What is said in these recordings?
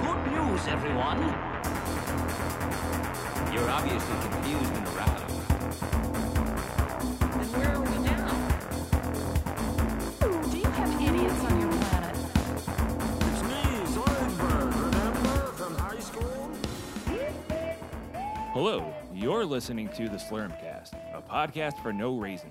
Greetings, everyone. You're obviously confused and aroused. Then where are we now? Do you have idiots on your planet? It's me, Zoidberg, remember? From high school? Hello, you're listening to the Slurmcast, a podcast for no reason.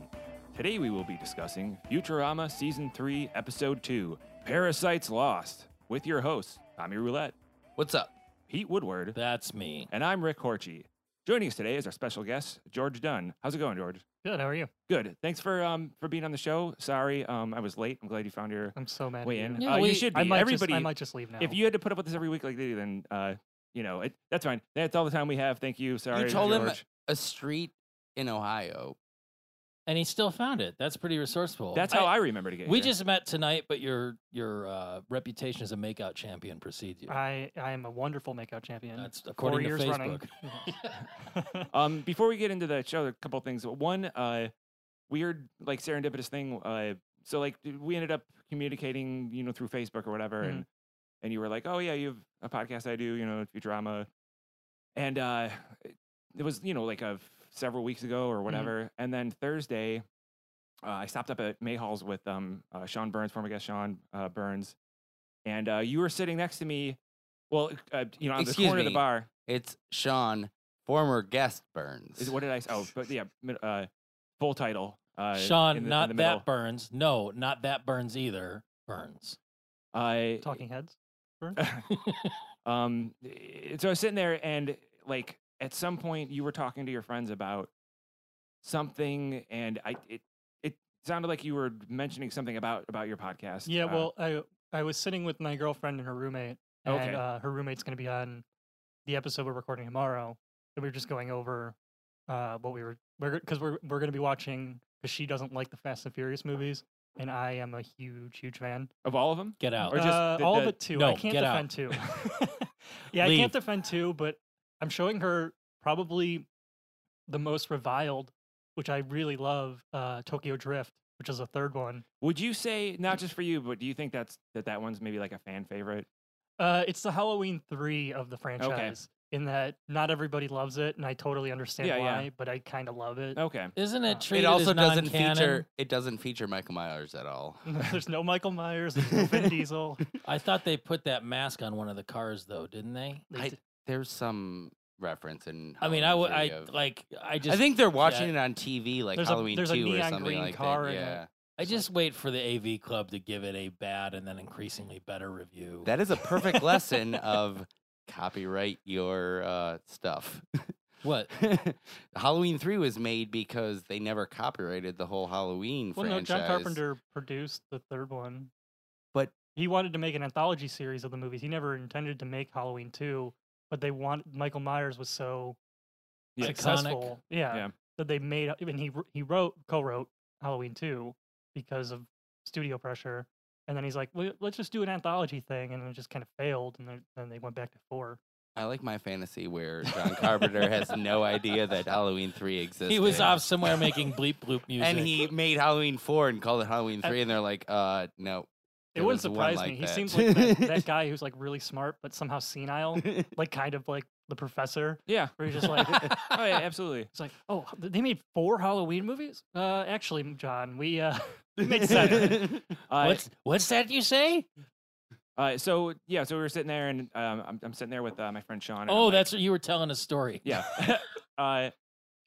Today we will be discussing Futurama Season 3, Episode 2, Parasites Lost, with your hosts, Tommy Roulette, What's up? Pete Woodward, That's me. and I'm Rick Horchy. Joining us today is our special guest, George Dunn. How's it going, George? Good. How are you? Good. Thanks for um for being on the show. Sorry, um I was late. I'm glad you found your I'm so mad. way at in. you. Yeah, uh, you we- should be. I might Everybody, Just, I might just leave now. if you had to put up with this every week like they do, then uh you know it, that's fine. That's all the time we have. Thank you. Sorry, told him- George. A street in Ohio. and he still found it. That's pretty resourceful. That's how I, remember to get we here. just met tonight, but your your uh, reputation as a makeout champion precedes you. I I am a wonderful makeout champion. That's Four according to years running. Facebook. Um, before we get into the show, a couple of things. One, uh, weird like serendipitous thing. Uh, so like d- we ended up communicating, you know, through Facebook or whatever, Mhm. and and you were like, oh yeah, you have a podcast I do, you know, Futurama, and uh, it- it was you know like a f- several weeks ago or whatever, and then Thursday. Uh, I stopped up at Mayhall's with um, uh, Sean Burns, former guest Sean uh, Burns, and uh, you were sitting next to me. Well, uh, you know, on the Excuse corner of the me. bar. It's Sean, former guest Burns. Is, what did I? s- Oh, but yeah, mid- uh, full title. Uh, Sean, in the- in not the that middle. Burns. No, not that Burns either. Burns. I Talking heads. um, i- so I was sitting there, and like at some point, you were talking to your friends about something, and I it it sounded like you were mentioning something about about your podcast. Yeah. uh, Well, I I was sitting with my girlfriend and her roommate, and Okay. uh, her roommate's going to be on the episode we're recording tomorrow. And we were just going over uh, what we were we're because we're we're going to be watching because she doesn't like the Fast and Furious movies, and I am a huge huge fan. of all of them. Get out. Or just uh, the- all the- but two. I No, can't get defend out. two. yeah, I Leave. can't defend two, but I'm showing her probably the most reviled, which I really love, uh, Tokyo Drift, which is the third one. Would you say not just for you, but do you think that's that that one's maybe like a fan favorite? Uh, it's the Halloween three of the franchise. In that not everybody loves it, and I totally understand Yeah, yeah. why, but I kind of love it. Okay. Isn't It it treated it also as doesn't non-canon? feature it doesn't feature Michael Myers at all. there's no Michael Myers, there's no Vin Diesel. I thought they put that mask on one of the cars, though, didn't they? They I- d- There's some reference in I mean, I Halloween would, I three of- like, I just, I think they're watching it on TV like There's a- Halloween there's a 2 neon or something green like car that. in it. Yeah. I just wait for the AV Club to give it a bad and then increasingly better review. That is a perfect lesson of copyright your uh, stuff. what? Halloween 3 was made because they never copyrighted the whole Halloween Well, no, franchise. John Carpenter produced the third one, But- he wanted to make an anthology series of the movies. He never intended to make Halloween two, but they want Michael Myers was so Yeah. Iconic. successful, yeah, Yeah. that they made. I mean, he wr- he wrote co-wrote Halloween two because of studio pressure, and then he's like, well, let's just do an anthology thing, and it just kind of failed, and then- then they went back to four. I like my fantasy where John Carpenter has no idea that Halloween 3 exists. He was off somewhere making bleep bloop music. And he made Halloween 4 and called it Halloween 3, and they're like, uh, no. It there wouldn't was surprise one like me. He that. seems like that, that guy who's like really smart but somehow senile, like kind of like the professor, Yeah. where he's just Oh like. yeah. Absolutely. It's like, oh, h- they made four Halloween movies. Uh, actually, m- John, we uh, we made seven. Uh, what's, what's that you say? uh, so yeah. So we were sitting there, and um, I'm, I'm sitting there with uh, my friend Sean. and I'm Oh, that's what you were telling a story. Yeah. uh,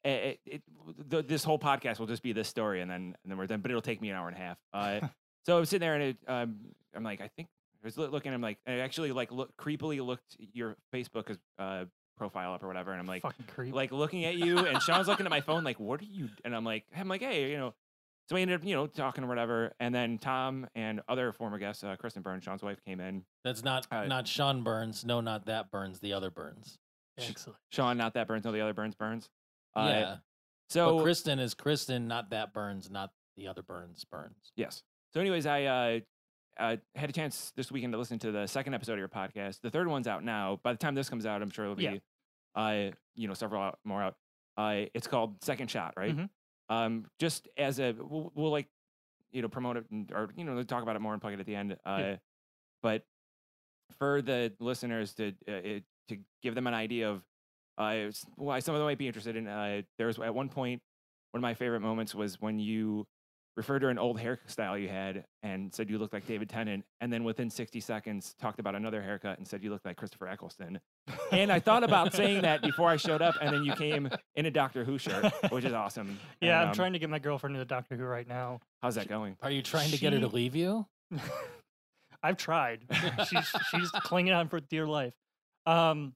it, it, th- this whole podcast will just be this story, and then and then we're done. But it'll take me an hour and a half. Uh, so I'm sitting there, and it, um, I'm like, I think I was loo- looking. I'm like, I actually like look creepily looked your Facebook as- uh, profile up or whatever, and I'm like, Fucking creep. like looking at you, and Sean's looking at my phone, like, what are you? And I'm like, I'm like, hey, you know. So we ended up, you know, talking or whatever, and then Tom and other former guests, uh, Kristen Burns, Sean's wife, came in. That's not Uh, not Sean Burns. No, not that Burns. The other Burns. Excellent. Sean, not that Burns, no, the other Burns, Burns. Uh, yeah. So but Kristen is Kristen, not that Burns, not the other Burns. Burns. Yes. So, anyways, I uh, uh, had a chance this weekend to listen to the second episode of your podcast. The third one's out now. By the time this comes out, I'm sure it'll be, Yeah. uh, you know, several out, more out. Uh, it's called Second Shot, right? Mhm. Um, just as a, we'll, we'll like, you know, promote it and, or you know, talk about it more and plug it at the end. Uh, but for the listeners to uh, it, to give them an idea of uh, s- why some of them might be interested in. Uh, there was at one point one of my favorite moments was when you referred to an old hairstyle you had and said you looked like David Tennant, and then within 60 seconds talked about another haircut and said you looked like Christopher Eccleston. And I thought about saying that before I showed up, and then you came in a Doctor Who shirt, which is awesome. Yeah, And, I'm um, trying to get my girlfriend into Doctor Who right now. How's that going? Are you trying to get her to She- leave you? I've tried. she's she's clinging on for dear life. Um,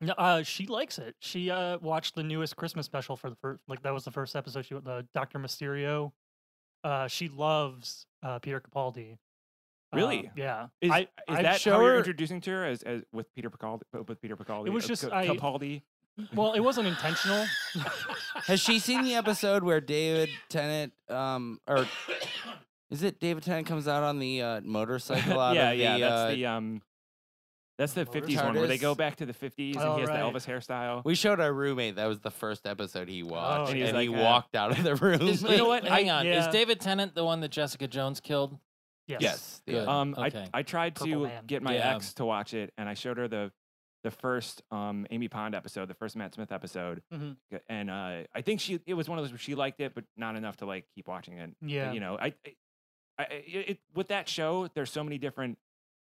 no, uh, she likes it. She uh watched the newest Christmas special for the first like that was the first episode. She wa- the Doctor Mysterio. Uh, she loves uh Peter Capaldi. Uh, Really? yeah. Is, I, is I'd that show how you're her- introducing to her as, as with Peter Capaldi? With Peter Capaldi, was uh, just- Ca- I- Capaldi. well, it wasn't intentional. Has she seen the episode where David Tennant, um, or is it David Tennant comes out on the uh, motorcycle out yeah, of the, yeah, that's uh, the um, that's the Motor- '50s one where they go TARDIS? back to the '50s and Oh, he has right. the Elvis hairstyle. We showed our roommate. That was the first episode he watched, and and, he's he like, uh, walked out of the room. Is- You know what? Hang I- on. Is yeah. David Tennant the one that Jessica Jones killed? yes. yes, yeah. Good. Um, Okay. I, I tried Purple to Man. get my Yeah. ex to watch it, and I showed her the the first um, Amy Pond episode, the first Matt Smith episode, Mhm. G- and uh, I think she it was one of those where she liked it, but not enough to like keep watching it. But, Yeah. you know, I, I, I I- it, it- with that show, there's so many different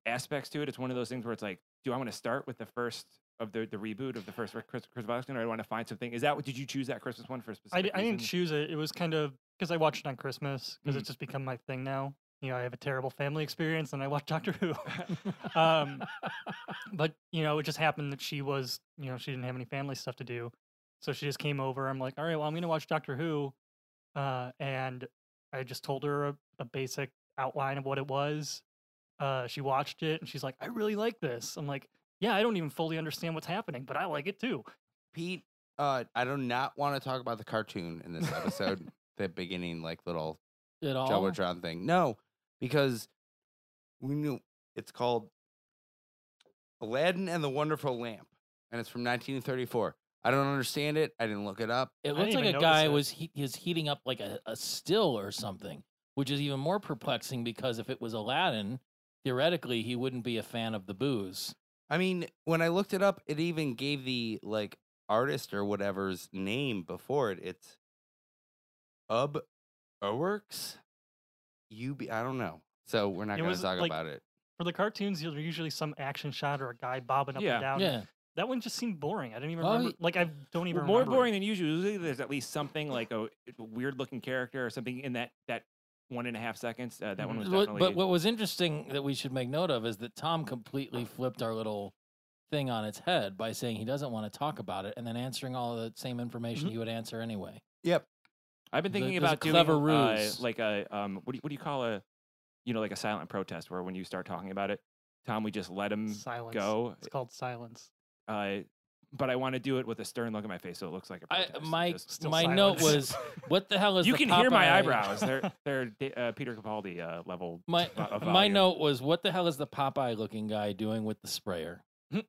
aspects to it. It's one of those things where it's like, do I want to start with the first? Of the, the reboot of the first Rick- Chris Chris Boxton, or do I want to find something. Is that what did you choose that Christmas one for a specific? I, di- I didn't reason? Mm. choose it. It was kind of because I watched it on Christmas because it's just become my thing now. You know, I have a terrible family experience and I watch Doctor Who. um, but, you know, it just happened that she was, you know, she didn't have any family stuff to do. So she just came over. I'm like, all right, well, I'm going to watch Doctor Who. Uh, and I just told her a, a basic outline of what it was. Uh, she watched it and she's like, I really like this. I'm like, yeah, I don't even fully understand what's happening, but I like it too. Pete, uh, I do not want to talk about the cartoon in this episode. the beginning, like little At all? Oh. Jumbotron thing. No, because we knew it's called Aladdin and the Wonderful Lamp, and it's from 1934. I don't understand it. I didn't look it up. It didn't looks like even a notice guy it. was he is heating up like a, a still or something, which is even more perplexing because if it was Aladdin, theoretically he wouldn't be a fan of the booze. I mean, when I looked it up, it even gave the like artist or whatever's name before it. It's Ub Owerks. You be I don't know. So we're not It going was, to talk like, about it. for the cartoons, there's usually some action shot or a guy bobbing up Yeah. and down. yeah. That one just seemed boring. I didn't even Oh, remember. y- Like I don't even Well, more remember it. boring than usual. Usually there's at least something like a weird looking character or something in that that one and a half seconds. Uh, that one Mm-hmm. was What- definitely. but what was interesting that we should make note of is that Tom completely flipped our little thing on its head by saying he doesn't want to talk about it and then answering all the same information Mm-hmm. he would answer anyway. I've been the- thinking there's a about doing clever uh, ruse. like a um what do you, what do you call a you know like a silent protest where when you start talking about it, Tom, we just let him silence. go. It's called silence. Uh, but I want to do it with a stern look at my face, so it looks like a I, protest. my Just- Still my note silence. was, what the hell is you the can hear my Popeye- eyebrows. They're they're da- uh, Peter Capaldi uh, level. My vo- of my volume. note was, what the hell is the Popeye looking guy doing with the sprayer? and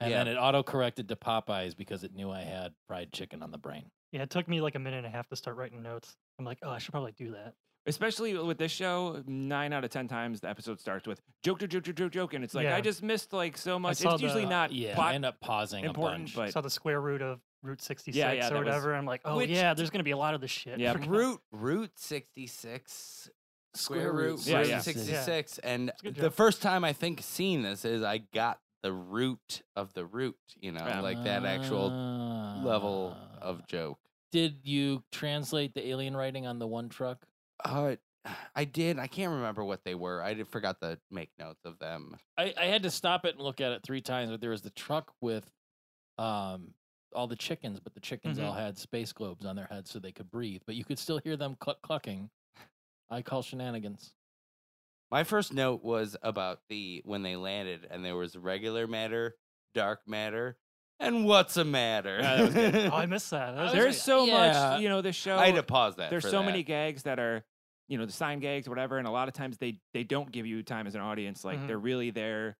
then it auto corrected to Popeyes because it knew I had fried chicken on the brain. Yeah, it took me like a minute and a half to start writing notes. I'm like, oh, I should probably do that. especially with this show, nine out of ten times the episode starts with joke, joke, joke, joke, joke, joke, and it's like Yeah. I just missed like so much. saw It's usually the- not Uh, Yeah, I plot end up pausing important, a bunch. but Saw the square root of Route 66 yeah, or that was- whatever. I'm like, oh Which- yeah, there's gonna be a lot of this shit. Yeah. Forgot- Root Root 66 square root Yeah, root yeah. 66 and good the joke. first time I think seeing this is I got the root of the root, you know, Yeah. like that actual level Ah. of joke. Did you translate the alien writing on the one truck? Uh, I did. I can't remember what they were. I did, forgot to make notes of them. I, I had to stop it and look at it three times, but there was the truck with um all the chickens, but the chickens Mm-hmm. all had space globes on their heads so they could breathe, but you could still hear them cluck clucking. I call shenanigans. My first note was about the when they landed and there was regular matter, dark matter, and what's a matter. Yeah, that was good. Oh, I missed that. That was there's great. so Yeah. much. You know, the show. I had to pause that. there's uh, for so that. many gags that are, you know, the sign gags, or whatever, and a lot of times they they don't give you time as an audience. Like Mhm. they're really there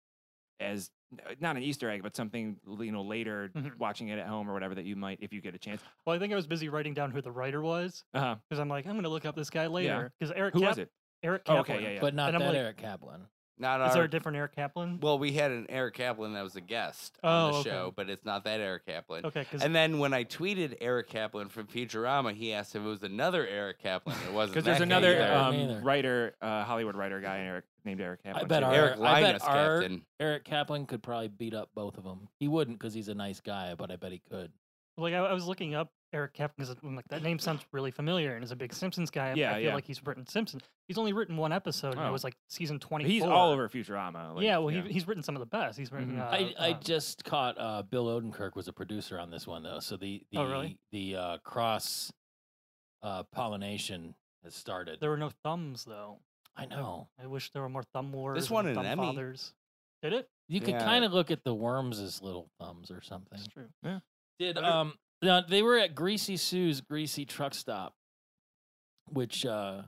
as n- not an Easter egg, but something you know later Mhm. watching it at home or whatever that you might if you get a chance. Well, I think I was busy writing down who the writer was Uh-huh. because I'm like, I'm gonna look up this guy later because Eric Who Cap- was it? Eric Oh, Kaplan. okay, yeah, yeah. But not And I'm that like- Eric Kaplan. Not Is our. there a different Eric Kaplan? well, we had an Eric Kaplan that was a guest Oh, on the okay. show, but it's not that Eric Kaplan. okay, because And then when I tweeted Eric Kaplan from Futurama, he asked if it was another Eric Kaplan. It wasn't. Because there's that guy another either. either. Me um, either. writer, uh, Hollywood writer guy Eric, named Eric Kaplan. bet too. our- Eric I bet Linus our- Captain. Eric Kaplan could probably beat up both of them. He wouldn't because he's a nice guy, but I bet he could. like I, I was looking up Eric Kaplan because I'm like that name sounds really familiar and is a big Simpsons guy. I- Yeah, I feel yeah. like he's written Simpsons. He's only written one episode. and Oh. It was like season 24. He's all over Futurama. like, yeah, well, He, he's written some of the best. He's written. Mhm. Uh, I, I uh, just caught uh, Bill Odenkirk was a producer on this one though, so the the Oh, really? the uh, cross uh, pollination has started. There were no thumbs though. I know I wish there were more thumb wars. won and an thumb Emmy. fathers. Did it? you could Yeah. kind of look at the worms as little thumbs or something. That's true. Did Better- um now they were at Greasy Sue's Greasy Truck Stop, which uh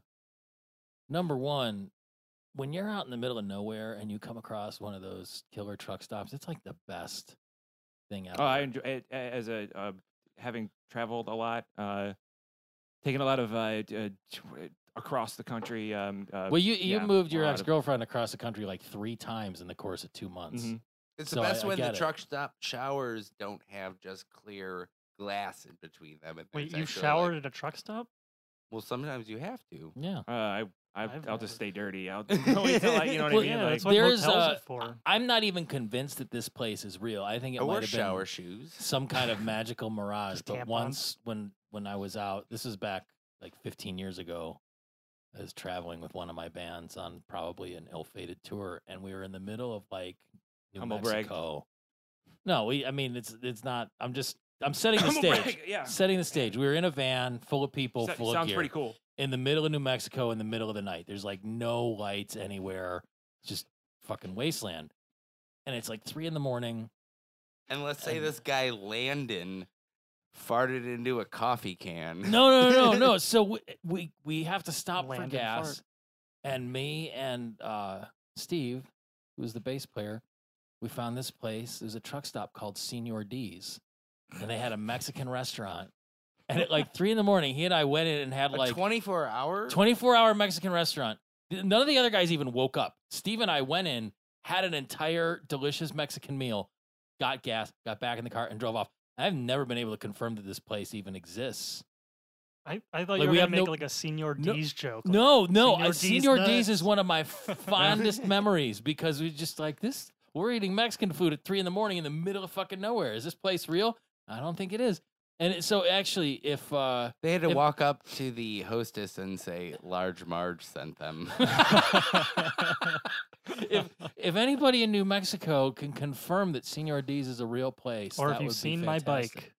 number one, when you're out in the middle of nowhere and you come across one of those killer truck stops, it's like the best thing out Oh, I there. enjoy it, a- as a uh, having traveled a lot, uh, taken a lot of uh, d- uh, t- uh, across the country. Um, uh, well, you you yeah, moved a your lot ex of- girlfriend across the country like three times in the course of two months. mhm. It's So the I- best I when the get it. truck stop showers don't have just clear glass in between them. and Wait, there's you actual, like- showered at a truck stop? well, sometimes you have to. Yeah. uh, I, I I've I'll never- just stay dirty. I'll wait till I, you know what Well, I mean. yeah, like, that's what there's, motels uh, are for. I'm not even convinced that this place is real. I think it I might wear have shower been shoes. some kind of magical mirage. Just But tampons. once when when I was out, this was back like 15 years ago. I was traveling with one of my bands on probably an ill-fated tour, and we were in the middle of like New Humble brag. Mexico. No, we. I mean, it's it's not. I'm just. I'm setting the Come on, stage. Yeah, Setting the stage. We were in a van full of people, So- full of sounds gear pretty cool. in the middle of New Mexico in the middle of the night. There's like no lights anywhere. It's just fucking wasteland. And it's like three in the morning. And let's say And- this guy Landon farted into a coffee can. No, no, no, no, no. So we we, we have to stop Land and for gas. fart. And me and uh, Steve, who was the bass player, we found this place. There's a truck stop called Senor D's, and they had a Mexican restaurant. And at like three in the morning, he and I went in and had A like 24 hour. 24 hour Mexican restaurant. Th- None of the other guys even woke up. Steve and I went in, had an entire delicious Mexican meal, got gas, got back in the car, and drove off. I've never been able to confirm that this place even exists. I, I thought like, you were we gonna have make no- like a senior no- D's joke. like, No, no, Senor I, D's Senor D's nuts. is one of my fondest memories because we just like this. We're eating Mexican food at three in the morning in the middle of fucking nowhere. Is this place real? I don't think it is. And it- so, actually, if uh, They had to If- walk up to the hostess and say, Large Marge sent them. if if anybody in New Mexico can confirm that Senor D's is a real place, or that if would you've be seen my fantastic. bike,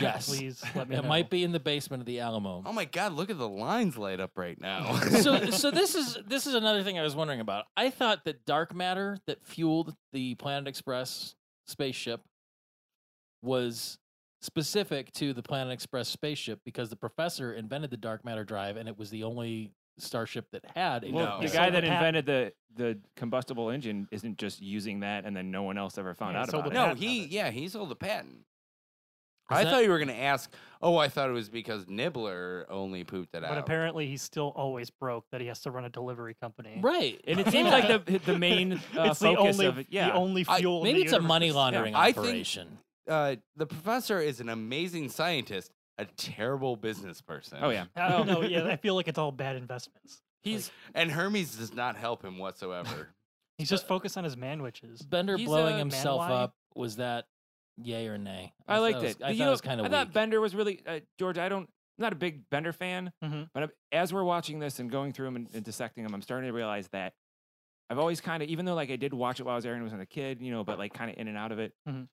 yes, please let me it know. might be in the basement of the Alamo. oh my God, look at the lines light up right now. so so this is this is another thing I was wondering about. I thought that dark matter that fueled the Planet Express spaceship was specific to the Planet Express spaceship because the professor invented the dark matter drive and it was the only starship that had a dark Well, No. the matter It's guy all that the patent. invented the the combustible engine isn't just using that, and then no one else ever found Yeah, out so about the it. no, patent of he, it. yeah, he sold the patent. Is I that- thought you were going to ask, oh, I thought it was because Nibbler only pooped it but out. apparently he's still always broke that he has to run a delivery company. Right. And it seems like the the main uh, it's the focus only, of it. Yeah, the only I- fuel. in Maybe the it's a money universe. laundering I think- operation. uh, the professor is an amazing scientist, a terrible business person. oh yeah. I don't know. Yeah, I feel like it's all bad investments. He's And Hermes does not help him whatsoever. He's just focused on his manduiches. Bender He's blowing a himself Manwai. up was that yay or nay? I, thought liked was- it. I You thought it know, was kind I of thought weak. Bender was really uh, George. I don't. I'm not a big Bender fan, Mm-hmm. Mhm. but I'm, as we're watching this and going through them and, and dissecting them, I'm starting to realize that I've always kind of, even though like I did watch it while I was there and was a kid, you know, but like kind of in and out of it. Mm-hmm. Mhm.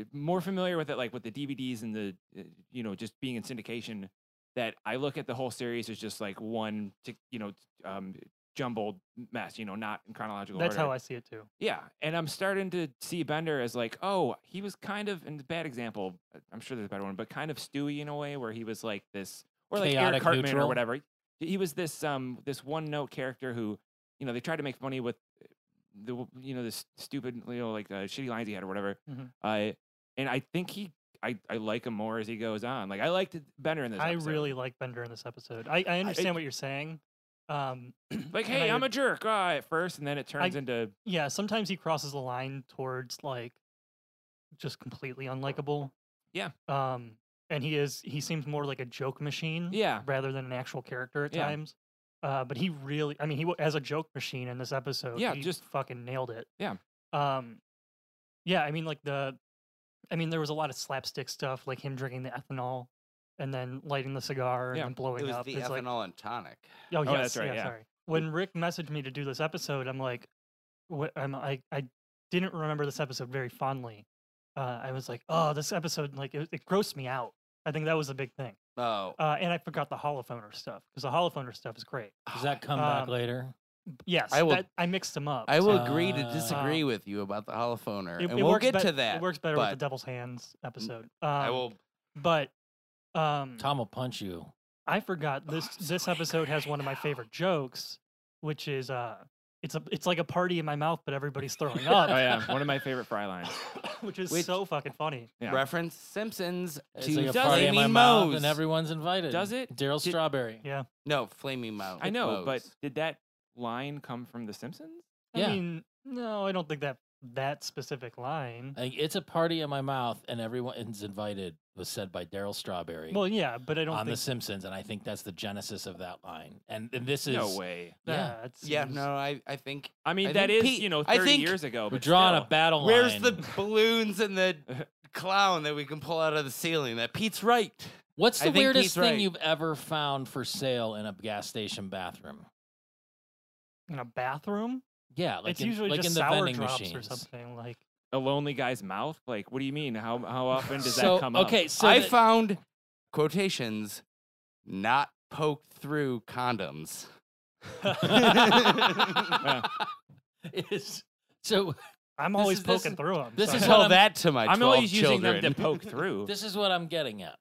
Uh, more familiar with it, like with the DVDs and the, uh, you know, just being in syndication. That I look at the whole series as just like one, t- you know, t- um, jumbled mess. You know, not in chronological. That's order. how I see it too. Yeah, and I'm starting to see Bender as like, oh, he was kind of, and bad example, uh, I'm sure there's a better one, but kind of Stewie in a way where he was like this, or like Chaotic Eric Cartman neutral? or whatever. He- He was this um this one note character who, you know, they tried to make funny with uh, the w- you know this stupid you know like uh, shitty lines he had or whatever. Mhm. Uh, and I think he, I I like him more as he goes on. Like I liked Bender in this. I episode. really like Bender in this episode. I, I understand what you're saying. Um, Like, and hey, I I'm would- a jerk ah, at first, and then it turns I- into yeah, sometimes he crosses the line towards like just completely unlikable. Yeah. Um, and he is he seems more like a joke machine. yeah, Rather than an actual character at Yeah. times. Uh, but he really, I mean, he wa- as a joke machine in this episode. Yeah, he just- fucking nailed it. Yeah. Um, yeah, I mean, like the, I mean, there was a lot of slapstick stuff, like him drinking the ethanol. And then lighting the cigar Yeah. and then blowing It was up. the It's like, ethanol and tonic. Oh, yes, that's right, Yeah, yeah. Sorry. When Rick messaged me to do this episode, I'm like, what? I'm, I I didn't remember this episode very fondly. Uh, I was like, oh, this episode like it, it grossed me out. I think that was a big thing. Oh, Uh, and I forgot the holophoner stuff because the holophoner stuff is great. Does that come back Um, later? B- Yes, I will- that, I mixed them up. I will so agree to Uh, disagree with you about the holophoner, Ah. It, and it we'll works get bet- to that. It works better with the but- Mm, Devil's Hands episode. Um, I will. But um, Tom will punch you. I forgot this. Oh, I'm so this episode has one of my favorite jokes, which is uh, it's a it's like a party in my mouth, but everybody's throwing oh up, yeah, one of my favorite fry lines. which is Which- so fucking funny. Yeah. Reference Simpsons It's to like a does party it in my Flaming mouth, Moe's. and everyone's invited. Does it? Daryl Did- Strawberry. Yeah. no, Flaming Mouse. I know, but Moe's. did that line come from The Simpsons? Yeah. I mean, no, I don't think that that specific line. Like, it's a party in my mouth, and everyone's invited. Was said by Daryl Strawberry Well, yeah, but I don't on The think Simpsons, and I think that's the genesis of that line. And, and this is No way. yeah. that. yeah, seems- no, I, I think. I mean, I that is think Pete- you know I 30 think years ago. we're But drawing a still. battle Where's line. the balloons and the clown that we can pull out of the ceiling? That Pete's right. What's I the think he's weirdest thing right. you've ever found for sale in a gas station bathroom? in a bathroom. Yeah, like it's in, usually like just in the sour vending drops machines. or something. Like a lonely guy's mouth. Like, what do you mean? How how often does so, that come up? okay, so I the- found quotations not poked through condoms. Yeah. is so I'm This always is- this poking is- through them. this is Tell I'm- that to my I'm 12 always using children. them to poke through. this is what I'm getting at.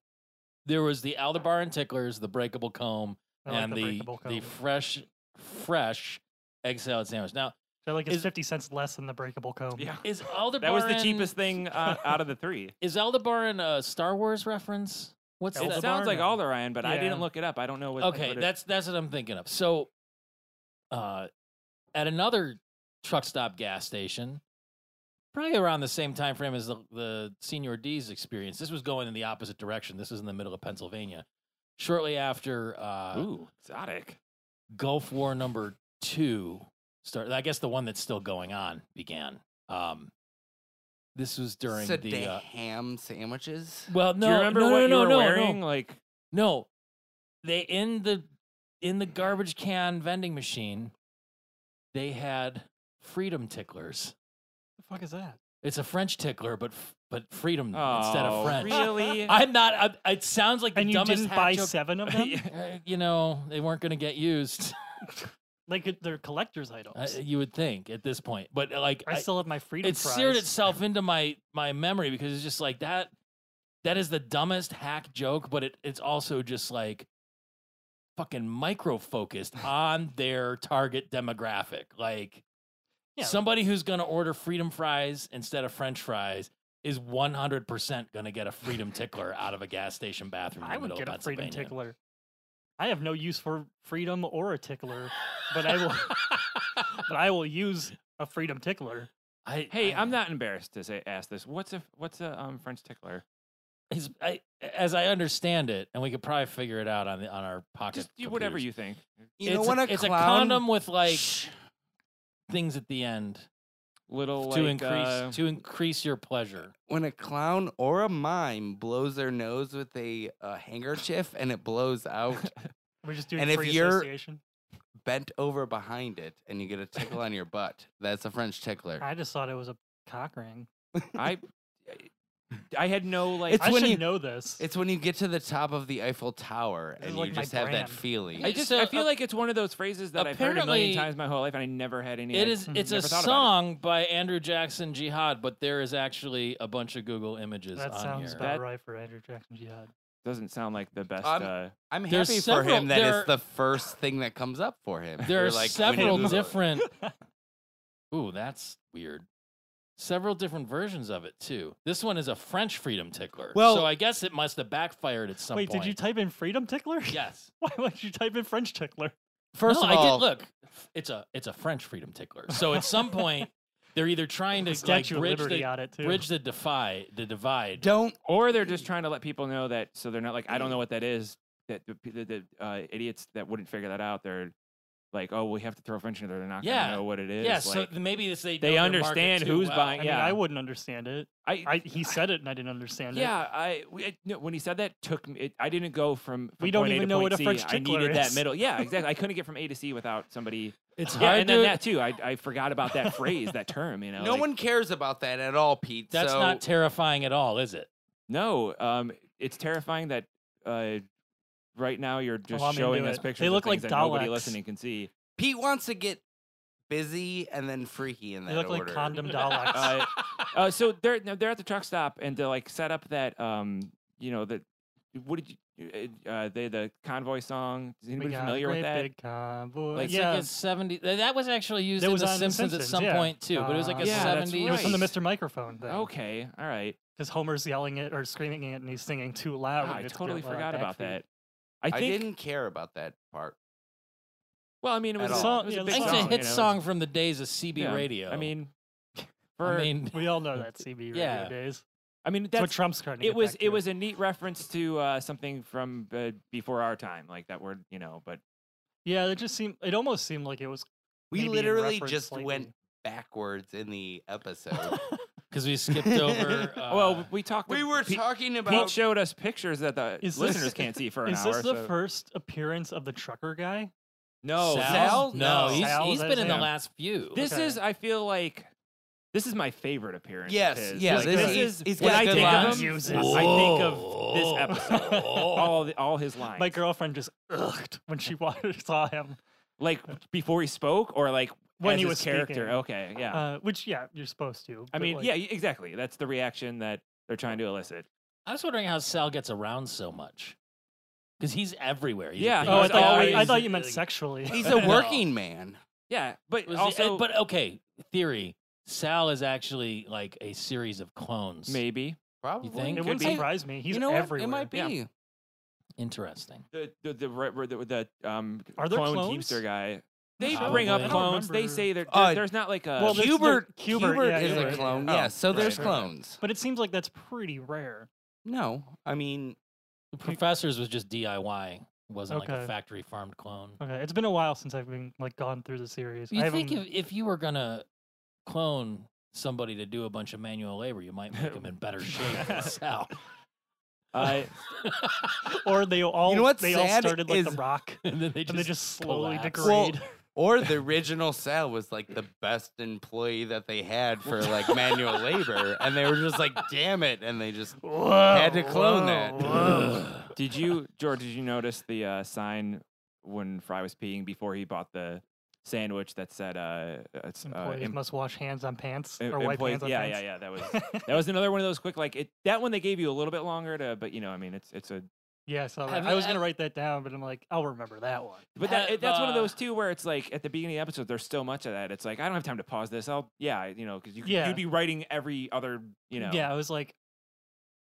There was the Aldebaran ticklers, the breakable comb, and the breakable the, cone. fresh fresh egg salad sandwich. Now They're like it's is- fifty cents less than the breakable comb. yeah, is Aldebaran that was the cheapest thing uh, out of the three. Is Aldebaran a Star Wars reference? What's It's It that? sounds like Aldebaran. Alderan, but I Yeah. didn't look it up. I don't know what. Okay, what it- that's that's what I'm thinking of. So, uh, at another truck stop gas station, probably around the same time frame as the, the Senior D's experience. This was going in the opposite direction. This was in the middle of Pennsylvania. Shortly after uh, ooh exotic. Gulf War number two started, I guess the one that's still going on began. Um, this was during the. Uh, ham sandwiches. well, no, do you remember no, what no, you no, were no, no. wearing? Like, No, they in the in the garbage can vending machine. They had freedom ticklers. the fuck is that? It's a French tickler, but f- but freedom Mm, instead oh, of French. Really? I'm not. I, it sounds like the And you dumbest didn't hat buy joke. seven of them? Uh, you know, they weren't going to get used. like it- they're collector's uh, items. you would think at this point, but uh, like I, I- still have my freedom. it seared fries. itself into my my memory because it's just like that. That is the dumbest hack joke, but it it's also just like fucking micro focused on their target demographic. Like Yeah. somebody who's gonna order freedom fries instead of French fries is one hundred percent gonna get a freedom tickler out of a gas station bathroom. in I the would middle get of a freedom Pennsylvania. tickler. I have no use for freedom or a tickler, but I will. but I will use a freedom tickler. I, hey, I- I'm not embarrassed to say ask this. What's a what's a um, French tickler? Is, I, as I understand it, and we could probably figure it out on the on our pocket. Just you, whatever computers. you think. You know it's what? a, A it's clown, a condom with like Shh. things at the end Little to like, increase uh, to increase your pleasure. When a clown or a mime blows their nose with a, uh handkerchief and it blows out, We're just doing And if free you're- association. bent over behind it, and you get a tickle on your butt. That's a French tickler. I just thought it was a cock ring. I I had no like. It's I when should you- know this. It's when you get to the top of the Eiffel Tower This is and like you my just have that brand. feeling. I Hey, just so I feel ap- like it's one of those phrases that I've heard a million apparently- times my whole life, and I never had any. It I is it's a never thought about song by Andrew Jackson Jihad, but there is actually a bunch of Google images that on sounds here. about That- right for Andrew Jackson Jihad. it. Doesn't sound like the best. I'm- uh, I'm There's happy for several- him that there- it's the first thing that comes up for him. there We're are like, we need several to- different Ooh, that's weird. Several different versions of it too. This one is a French freedom tickler. so Well- I guess it must have backfired at some Wait, point. did you type in freedom tickler? Yes. Why would you type in French tickler? First no, of I all, get, look, it's a it's a French freedom tickler. So at some point, they're either trying to like, Statue of bridge Liberty the on it too. bridge the defy the divide. don't or they're just trying to let people know that so they're not like I don't know what that is. That the, pe- the, the uh, idiots that wouldn't figure that out, they're like, oh, we have to throw a wrench in there. They're not Yeah. gonna know what it is. yeah, like, so maybe it's they they know their market understand too who's well. I buying- mean, yeah. I wouldn't understand it. I, I he said it and I didn't understand it. yeah, I we- it, no, when he said that took me. It, I didn't go from, from We don't point A even to know point what a C. French I tickler needed that is. middle. Yeah, exactly. I couldn't get from A to C without somebody. It's Yeah, hard and then to that too. I, I forgot about that phrase, that term. You know, no like- one cares about that at all, Pete. That's so not terrifying at all, is it? No, um, it's terrifying that uh, right now you're just I'm into showing us it. They pictures. of look like things that nobody Daleks. listening can see. Pete wants to get busy and then freaky in that They look order. like condom Daleks. Uh, uh, so they're no, they're at the truck stop and they like set up that um, you know that what did you uh, uh, they the convoy song? Is We anybody got familiar great with that? Big convoy. Like, It's yeah, like a 70. th- That was actually used That in was The on The Simpsons, at Simpsons, some yeah. point too, but it was like a Yeah, that's 70s. it was from the right. Mr. Microphone thing. Okay, all right. Because Homer's yelling it or screaming it and he's singing too Ah, loud. I and it's totally real, uh, forgot about backbeat. that. I I, think. didn't care about that part. well, I mean, it was at a all. song. It was Yeah, a the big It's song. a you hit know, song from the days of CB yeah, radio. I mean, I for I mean, mean, We all know that CB Yeah. radio days. That's what that's Trump's trying to it get was back it to. was a neat reference to uh, something from uh, before our time, like that word, you know. But Yeah, it just seemed. It almost seemed like it was. We maybe in literally reference just slightly. went backwards in the episode. because we skipped over. Uh, oh, well, we talked. we to were Pe- talking Pete about showed us pictures that the Is this- listeners can't see for an Is hour. this the so- first appearance of the trucker guy? no, Sal? Sal? No, No. he's, Sal, he's is that been in the him? last few. This Okay. is, I feel like, this is my favorite appearance. of Yes, his. yeah, Like, this this is- is he's when got I good think lines. of him. Uses. I think of this episode, all the, all his lines, My girlfriend just ugged when she wa- saw him. like before he spoke or like When as he his was character. speaking. Okay, yeah. Uh, which, yeah, you're supposed to. I but, mean, like, yeah, exactly. That's the reaction that they're trying to elicit. I was wondering how Sal gets around so much because he's everywhere. He's a Yeah, big he Oh, I was thought, guy, always- I thought you he's meant big. sexually. he's No. a working man. Yeah, but Was he- also but okay, theory. Sal is actually like a series of clones. maybe Probably. think? it could wouldn't be. surprise me. He's you know everywhere. What? It might be. Yeah. Interesting. the the the, re- re- the, the um Are there clone clones? teamster guy. They Probably. bring up I don't clones. They remember. say that Uh, there- there's not like a Well, there's- there- Hubert, Hubert, Hubert yeah, is Hubert, a yeah. clone. Oh, Yes, so there's right. clones. But it seems like that's pretty rare. No, I mean, The professors was just DIY. Wasn't like a Okay. factory farmed clone. Okay, it's been a while since I've been like gone through the series. I You think if, haven't- if you were gonna clone somebody to do a bunch of manual labor, you might make them in better shape than Sal. uh, or they all know what's they all sad started like the is- rock, and then they just, and they just slowly collapse. Well, degrade. or the original Sal was like the best employee that they had for like manual labor, and they were just like, "Damn it!" and they just had to clone that. did you George? Did you notice the uh, sign when Fry was peeing before he bought the sandwich that said uh it's uh, Employees em- must wash hands on pants em- or wipe employees- hands on yeah pants. yeah yeah that was that was another one of those quick like it that one they gave you a little bit longer to but you know I mean it's it's a Yeah, so Have I you- was gonna have- write that down, but I'm like, I'll remember that one. But that, Have, it- that's one of uh, those too where it's like at the beginning of the episode, there's so much of that. It's like I don't have time to pause this. I'll yeah, you know, because you could- Yeah. you'd be writing every other you know. Yeah, I was like,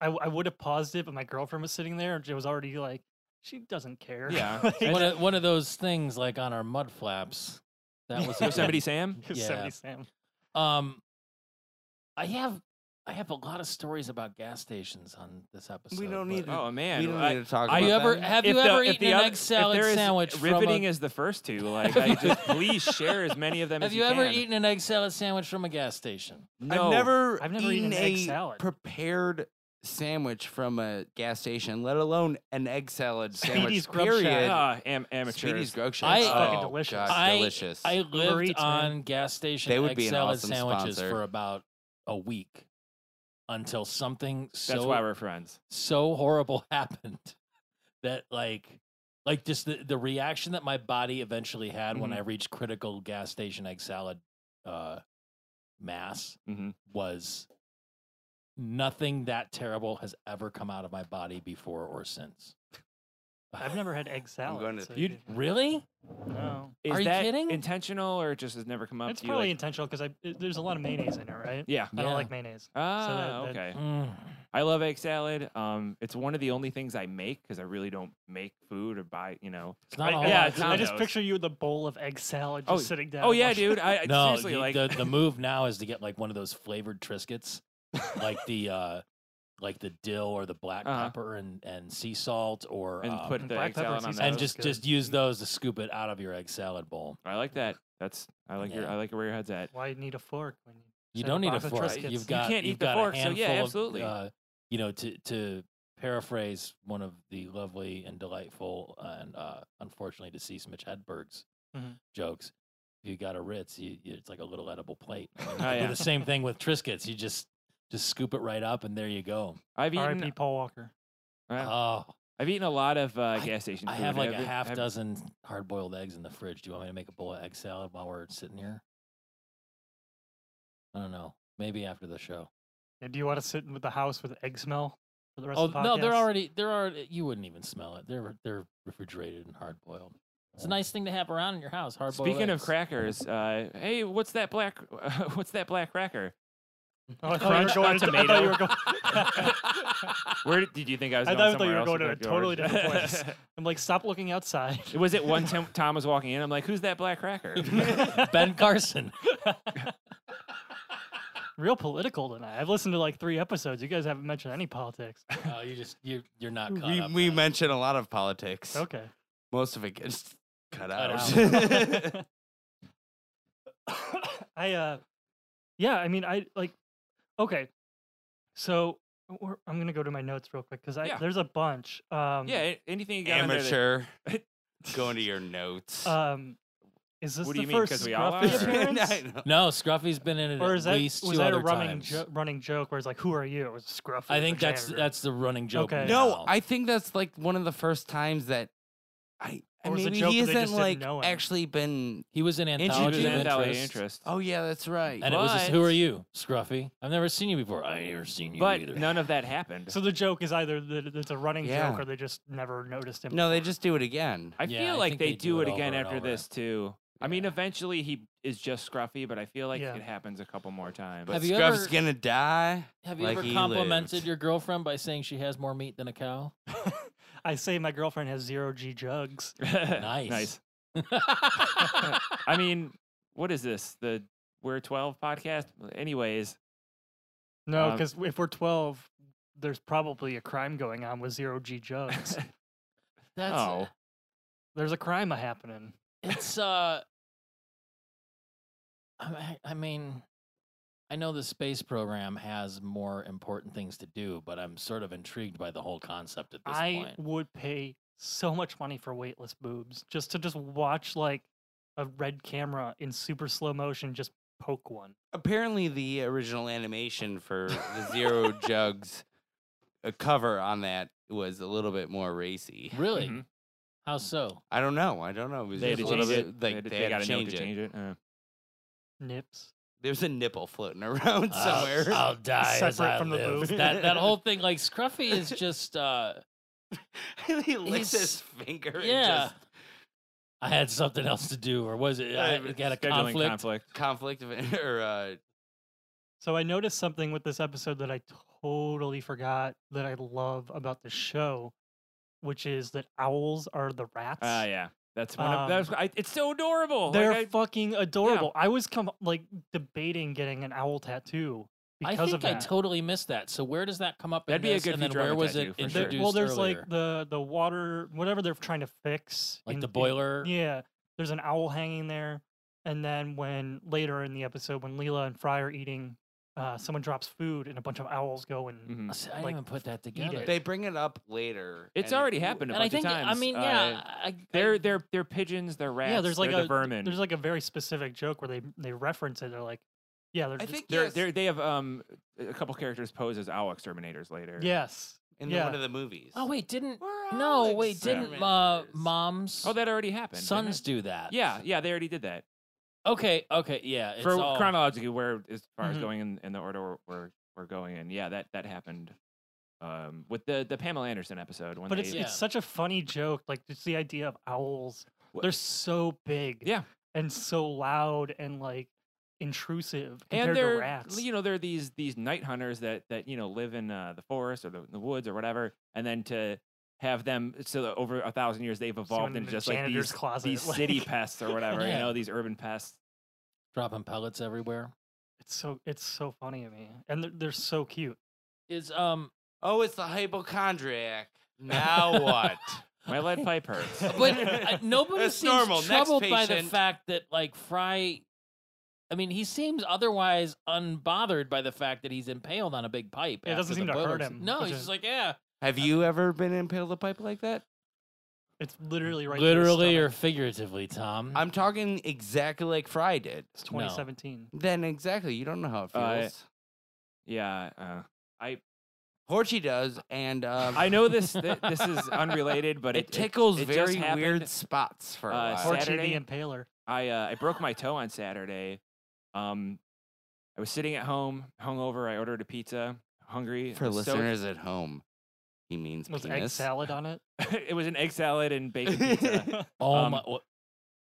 I, w- I would have paused it, but my girlfriend was sitting there, and she was already like, she doesn't care. Yeah. Like, one of one of those things like on our mud flaps. That was Yosemite Sam. Yosemite Yeah. Sam. Um, I have I have a lot of stories about gas stations on this episode. don't but- need to- Oh man, we don't I- need to talk Are about you ever that. have if you the- ever if eaten the an other- egg if salad there is sandwich riveting from a, as the first two? Like, I just please share as many of them Have as you, you, ever can. eaten an egg salad sandwich from a gas station? No, I've never, I've never eaten an egg a salad. prepared sandwich from a gas station, let alone an egg salad Speedy's sandwich. Grub Shack. period. Ah, am, amateur. Speedy's grub shack. I- oh, Fucking delicious. God, I- delicious. I lived Eats, man. on gas station They would egg be an salad awesome sandwiches sponsor. for about a week until something so That's why we're friends. so horrible happened that like like just the, the reaction that my body eventually had when Mhm. I reached critical gas station egg salad uh mass Mhm. was nothing that terrible has ever come out of my body before or since. I've never had egg salad. going to- so You'd- didn't- Really? no. Is Are you that kidding? intentional or just has never come up It's to you? probably like- intentional because I it- there's a lot of mayonnaise in it, right? yeah. I don't Yeah. like mayonnaise. Ah, that- okay. Mm. I love egg salad. Um, it's one of the only things I make because I really don't make food or buy. You know. It's not I, a whole yeah, lot I of just- I just tomatoes. picture you with a bowl of egg salad just Oh, sitting down. Oh yeah, watching- dude. I, I No, seriously the, like. the the move now is to get like one of those flavored Triscuits, like the uh, like the dill or the black Uh-huh. pepper and and sea salt or and um, put Mm-hmm. And the black egg pepper salad and on that. sea salad. and That was just just good. use those to scoop it out of your egg salad bowl. I like that. That's I like your Yeah. I like where your head's at. Why need a fork when you? You Send don't a need a box of fork. Triscuits. You've You got can't you've eat the got fork, a so yeah, handful of, absolutely. uh, you know, to to paraphrase one of the lovely and delightful and uh, unfortunately deceased Mitch Hedberg's Mm-hmm. Mhm. jokes. If you got a Ritz, you, you- it's like a little edible plate. And you Oh, could yeah. Do the same thing with Triscuits. You just just scoop it right up, and there you go. I've eaten. R.I.P. Paul Walker. uh, Oh, I've eaten a lot of uh, I- gas station. I food. have like a been- half I've- dozen hard boiled eggs in the fridge. Do you want me to make a bowl of egg salad while we're sitting here? I don't know. Maybe after the show. Yeah, do you want to sit with the house with egg smell for the rest Oh of the podcast? no, they're already they're already you wouldn't even smell it. They're they're refrigerated and hard boiled. It's a nice thing to have around in your house. Hard boiled. Speaking of crackers, uh, hey, what's that black? what's that black cracker? Oh, I you thought were- you a were going to. I thought you were going. Where did you think I was? I going thought- I thought somewhere you were else going to with a that, totally George? different place. I'm like, stop looking outside. Was it one Tim, Tom was walking in? I'm like, who's that black cracker? Ben Carson. Real political tonight. I've listened to like three episodes. You guys haven't mentioned any politics. oh, you just you you're not caught We, up. we man. mention a lot of politics. Okay. Most of it gets cut, out. out. I uh yeah, I mean I like okay. So we're, I'm going to go to my notes real quick cuz I Yeah. there's a bunch. Um yeah, a- anything you got under the- Amateur. Go into your notes. um is this What do the you mean, first 'cause we all Scruffy are? appearance? I know. No, Scruffy's been in it or at is that least was two that a other running times. jo- running joke where it's like who are you? It was Scruffy. I the think that's janitor. that's the running joke. Okay. No, now. I think that's like one of the first times that I Or was it maybe joke he that they just hasn't didn't like know him? actually been. he was in What anthology of is Introduce- Anthology Anthology interest, interest? Oh yeah, that's right. and it was just, who But- are you, Scruffy? I've never seen you before. I ain't never seen you but either. none of that happened. So the joke is either that it- it's a running Yeah. joke or they just never noticed him. no, they before. just do it again. I Yeah, feel I like think they, they do do it it again over and after over. this too. I mean, Yeah. eventually he is just Scruffy, but I feel like Yeah. it happens a couple more times. But Have you Scruff's ever- gonna die. Have you Like ever he complimented lived. your girlfriend by saying she has more meat than a cow? I say my girlfriend has 0 G jugs. Nice. nice. I mean, what is this? The We're 12 podcast? Anyways, No, Um, because if we're 12, there's probably a crime going on with zero G jugs. That's Oh. there's a crime a happening. it's uh I, mean- I mean i know the space program has more important things to do but i'm sort of intrigued by the whole concept at this I point would pay so much money for weightless boobs just to just watch like a red camera in super slow motion just poke one. Apparently, the original animation for the Zero Jugs, a cover on that was a little bit more racy. really Mhm. how so I don't know. I don't know. It was they had just to a little change bit it. like had to- they had got to a note change to it. change it. Uh, Nips. There's a nipple floating around I'll- somewhere. I'll, die as Separate I from the live. boob. that that whole thing, like Scruffy, is just. uh he He's- licks his finger. yeah. And just I had something else to do, or was it? I Uh, got a scheduling conflict. conflict. conflict of or uh, So I noticed something with this episode that I totally forgot that I love about the show, which is that owls are the rats. Ah, yeah. That's one of Um, that's I, it's so oh, adorable. They're like I- fucking adorable. I was com- like debating getting an owl tattoo I because of think I that. totally missed that. So where does that come up? in That'd be a this, good And then Futurama where was tattoo, it for sure. There- introduced? well, there's earlier? like the the water, whatever they're trying to fix, like in- the in- boiler. yeah, there's an owl hanging there, and then when later in the episode when Leela and Fry are eating, uh, someone drops food and a bunch of owls go and mhm. See, I didn't like, even put that together. it. They bring it up later. It's and it- already happened a and I bunch think of times. I mean, Uh, yeah, I, they're they're they're pigeons. They're rats. yeah, there's like they're a the vermin. there's like a very specific joke where they they reference it. They're like, yeah, they're I just, think they're, yes, they're, they have um a couple characters pose as owl exterminators later. yes, in yeah. one of the movies. Oh wait, didn't We're no all wait didn't uh, exterminators. moms Oh, that already happened. didn't sons it? do that? Yeah, yeah, they already did that. Okay. Okay. Yeah. It's For all, chronologically, where as far as Mhm. going in, in the order we're, we're we're going in, yeah, that that happened. um, with the the Pamela Anderson episode. When But they, it's Yeah. it's such a funny joke. Like just the idea of owls. Wha- They're so big. Yeah. And so loud and like intrusive compared and they're to rats. you know they're these these night hunters that that you know live in uh, the forest or the, the woods or whatever, and then to have them so that over a thousand years they've evolved in into the just like these, janitor's closet, these city like- pests or whatever you Yeah. know these urban pests dropping pellets everywhere. It's so it's so funny to me, and they're, they're so cute. Is um Oh, it's the hypochondriac. Now what? my lead pipe hurts but uh, nobody That's seems normal. Next troubled by the patient. fact that like Fry. I mean, he seems otherwise unbothered by the fact that he's impaled on a big pipe. Yeah, it doesn't after seem the to hurt boat accident. him, No, which he's is- just like, yeah, Have you ever been impaled a pipe like that? Mm-hmm. It's literally right. through his literally or stomach. figuratively, Tom. I'm talking exactly like Fry did. it's 2017. Then exactly, you don't know how it Uh, feels. yeah uh, Horchie does, and um, I know this th- this is unrelated but it, it, tickles it just very happened. weird spots for a uh, while. Or Saturday- Saturday the Impaler. I uh, I broke my toe on Saturday. Um, I was sitting at home, hungover. I ordered a pizza, hungry. I for was so- listeners at home, he means Was egg penis. salad on it? it was an egg salad and bacon pizza. oh um, my! wha-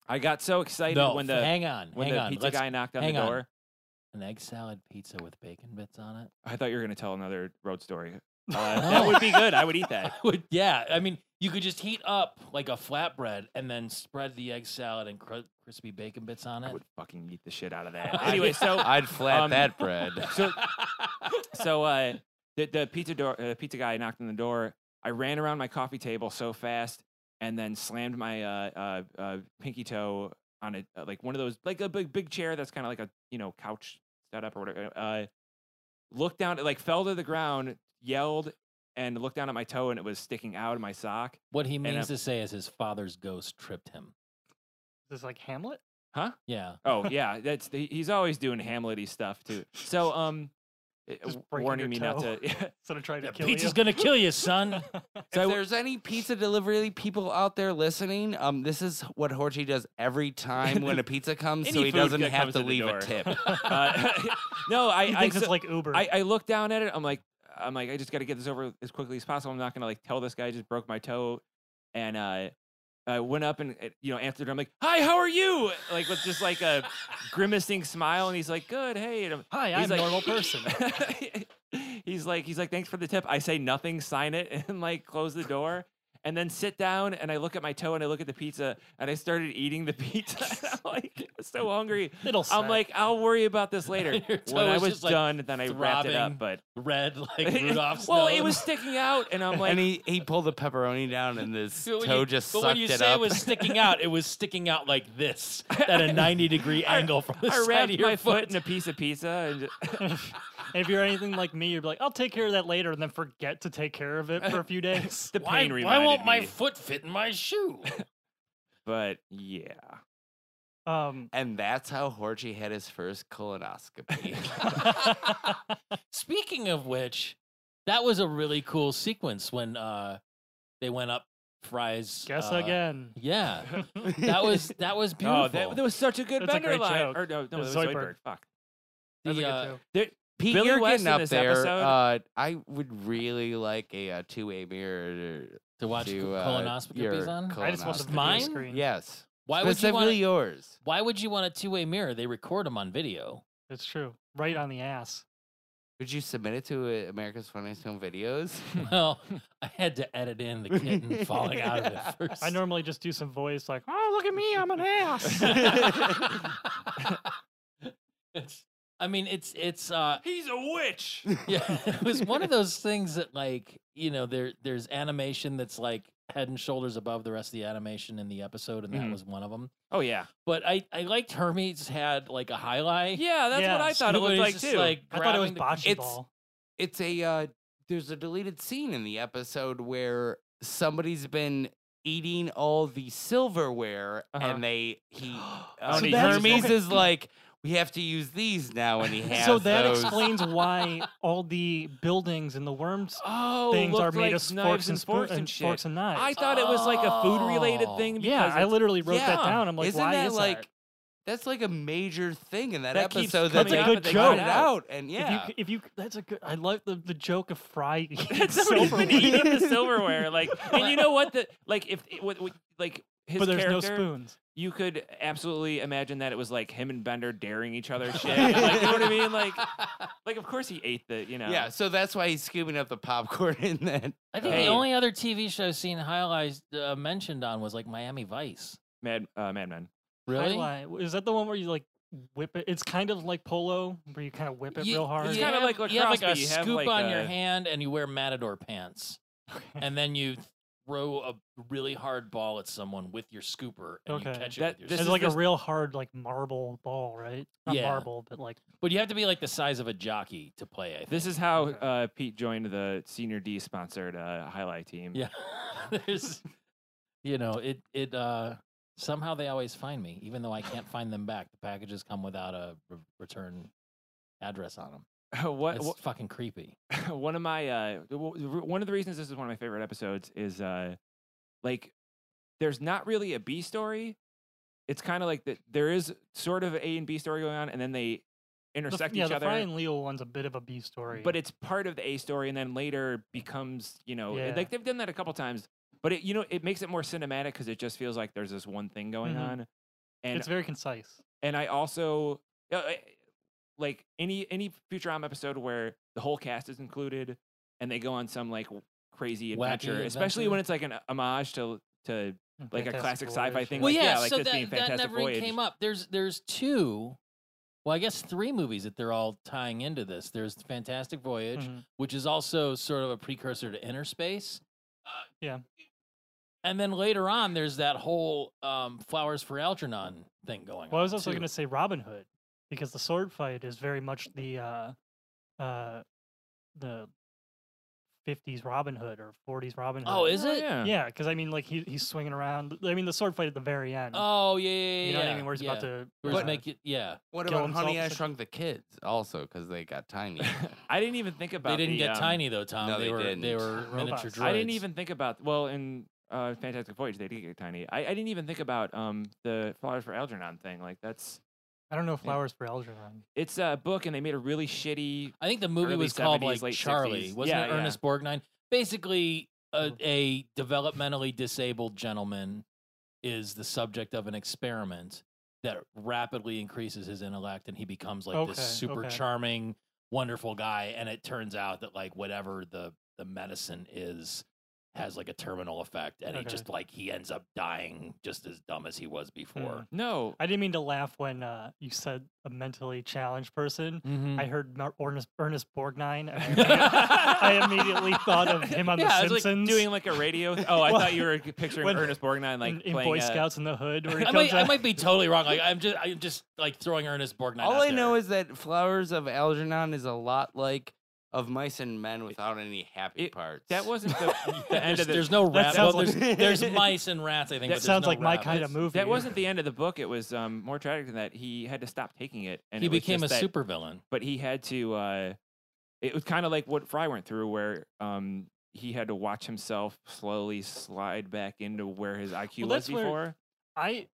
I got so excited no, when f- the hang on, when hang the on. pizza Let's- guy knocked on hang the on. door. An egg salad pizza with bacon bits on it. I thought you were gonna tell another road story. Uh, That would be good. I would eat that. I would- yeah, I mean, you could just heat up like a flatbread and then spread the egg salad and cr- crispy bacon bits on I it. would fucking eat the shit out of that. Anyway, so Oh, I'd flat Um, that bread. so so uh, the the pizza door uh, pizza guy knocked on the door. I ran around my coffee table so fast, and then slammed my uh, uh, uh, pinky toe on a uh, like one of those like a big big chair that's kind of like a you know couch setup or whatever. Uh, looked down, like fell to the ground, yelled, and looked down at my toe, and it was sticking out of my sock. What he a- means to say is his father's ghost tripped him. Is this like Hamlet? Yeah. Oh yeah, that's he- he's always doing Hamlety stuff too. So um, it- Just w- breaking warning your me toe. not to. Instead of trying to Yeah, kill Pizza's you. gonna kill you, son. if there's any pizza delivery people out there listening, um, this is what Horchie does every time when a pizza comes, so Any he food doesn't that comes have to in the leave a door. tip. Uh, no, I he I thinks so- it's like Uber. I, I look down at it. I'm like, I'm like, I just got to get this over as quickly as possible. I'm not gonna like tell this guy I just broke my toe, and uh, I went up and uh, you know answered. I'm like, hi, how are you? Like with just like a grimacing smile, and he's like, good, hey. And I'm, Hi, he's I'm like- a normal person. he's like, he's like, thanks for the tip. I say nothing, sign it, and like close the door. And then sit down, and I look at my toe, and I look at the pizza, and I started eating the pizza. I'm like so hungry. It'll I'm like, I'll worry about this later. Your toe when I is was just, like, done, then I wrapped it throbbing. up. But Red like Rudolph's. well, it nose. was sticking out, and I'm like, and he, he pulled the pepperoni down, and this But when toe you- just but sucked when you it say up. it was sticking out, it was sticking out like this at a 90 degree angle from the I side wrapped of your my foot in a piece of pizza, and ju- if you're anything like me, you're like, I'll take care of that later, and then forget to take care of it for a few days. the why, pain why reminded won't my me. foot fit in my shoe? But yeah, Um, and that's how Horchie had his first colonoscopy. Speaking of which, that was a really cool sequence when uh, they went up Fry's. guess uh, again. Yeah, that was that was beautiful. oh, that, that was such a good That's a Bender great line. joke. Or no, no, that was was Zoidberg. Zoidberg. Fuck. The, That was a good uh, joke. Pete, Billy you're West getting in up this there. episode. Uh, I would really like a uh, two-way mirror to watch to, uh, your colonoscopies on. colonoscopy. I just want the video Mine? screen. Yes. Why would you Specifically want? yours. Why would you want a two way mirror? They record them on video. it's true. Right on the ass. Would you submit it to uh, America's Funniest Home Videos? well, I had to edit in the kitten falling out of it first. I normally just do some voice like, "Oh, look at me, I'm an ass." it's, I mean, it's it's uh, He's a witch. yeah, it was one of those things that like you know there there's animation that's like head and shoulders above the rest of the animation in the episode, and that Mhm. was one of them. Oh yeah, But I I liked Hermes had like a highlight. yeah. That's what I Yes, thought it looked like too. Like I thought it was grabbing the- bocce it's- ball. it's a uh, there's a deleted scene in the episode where somebody's been eating all the silverware Uh-huh. and they he Oh, uh, and he that's- Hermes okay. is like we have to use these now and he has so that those. explains why all the buildings and the worms oh, things looked are like made of knives forks and and, spoon- forks and, and forks shit. and knives. I thought it was like a food related Oh. thing. yeah, because I it's- literally wrote that Yeah, down. I'm like, Isn't why that is like That's like a major thing in that, That keeps episode. coming they up, cut but they it cut it out, and yeah, If you, c- if you, c- that's a good. I like the, the joke of Fry. eating That's somebody's been silverware, eating the silverware. Like, and you know what? The like if it- what, what- like his but there's no character, spoons. you could absolutely imagine that it was like him and Bender daring each other shit. and, like, you know what I mean? Like, like of course he ate the you know. yeah. So that's why he's scooping up the popcorn in that. I think Hey. the only other TV show I've seen highlights uh, mentioned on was like Miami Vice. Mad uh, Mad Men. Really? Highlight- Is that the one where you like whip it? It's kind of like polo, where you kind of whip it You- real hard. It's you kinda have- like you have like a lacrosse, but you have, scoop like, on your a- hand and you wear matador pants, and then you throw a really hard ball at someone with your scooper and you Okay. catch it. That- with your this It's is scooper. like just- a real hard, like marble ball, right? Not Yeah. marble, but like but you have to be like the size of a jockey to play. I think. This is how Okay. uh, Pete joined the Senior D sponsored uh, highlight team. yeah. There's, you know, it it uh somehow they always find me, even though I can't find them back. The packages come without a re- return address on them. what, It's what fucking creepy. one of my uh w- w- r- one of the reasons this is one of my favorite episodes is uh like there's not really a B story. It's kind of like that there is sort of A and B story going on, and then they the, intersect yeah. each the other. Fry and Leo one's a bit of a B story, but it's part of the A story, and then later becomes you know it- Yeah. like they've done that a couple times. But it you know it makes it more cinematic because it just feels like there's this one thing going Mhm. on. And it's very concise. and I also uh, uh, like any any Futurama episode where the whole cast is included and they go on some like w- crazy Wacky adventure, especially when it's like an homage to to and like a fantastic classic sci-fi voyage, thing, yeah. Well, like, yeah, yeah, like so this being that, that Fantastic never even Voyage. came up. There's there's two, well, I guess three movies that they're all tying into this. There's Fantastic Voyage, Mm-hmm. Mhm. which is also sort of a precursor to Inner Space. Yeah. And then later on, there's that whole um, Flowers for Algernon thing going on. Well, I was also too. going to say Robin Hood because the sword fight is very much the uh, uh, the 50s Robin Hood or 40s Robin Hood. Oh, is it? yeah. yeah, because I mean, like he, he's swinging around. I mean, the sword fight at the very end. Oh, yeah, yeah, yeah. you know what yeah, I mean? Where he's yeah. about to Where he's uh, make it, yeah. What Kill about Honey I himself or Shrunk the Kids? Also, because they got tiny. I didn't even think about. They didn't the, get um, tiny though, Tom. no, they, they were they didn't. were miniature Robots. droids. I didn't even think about. Well, in uh, Fantastic Voyage, they did get tiny. I, I didn't even think about um the Flowers for Algernon thing. Like that's I don't know flowers for Algernon. it's a book, and they made a really shitty. I think the movie early was called 70s, like late Charlie, 60s. wasn't Yeah, it? yeah. Ernest Borgnine, basically a, Mhm. a developmentally disabled gentleman is the subject of an experiment that rapidly increases his intellect, and he becomes like this Okay, super okay. charming, wonderful guy. And it turns out that like whatever the the medicine is has like a terminal effect, and he Okay. just like he ends up dying just as dumb as he was before. No, I didn't mean to laugh when uh, you said a mentally challenged person. Mhm. I heard Mar- Ernest, Ernest Borgnine. And I, I immediately thought of him on yeah, The Simpsons. I was like doing like a radio. Oh, I Well, thought you were picturing when- Ernest Borgnine like in, in playing Boy a- Scouts in the Hood, where I he comes might, I out. might be totally wrong. Like I'm just, I'm just like throwing Ernest Borgnine. All out I know there. is that Flowers of Algernon is a lot like Of Mice and Men without any happy it- parts. That wasn't the, Yeah, the end there's, of the. there's no rabbit. sounds well, like- there's, there's mice and rats. I think That but there's sounds no like my rabbits. kind of movie. that wasn't the end of the book. It was um, more tragic than that. He had to stop taking it, and he it was became a just that- supervillain. But he had to. Uh, it was kind of like what Fry went through, where um, he had to watch himself slowly slide back into where his IQ Well, was that's where- before. I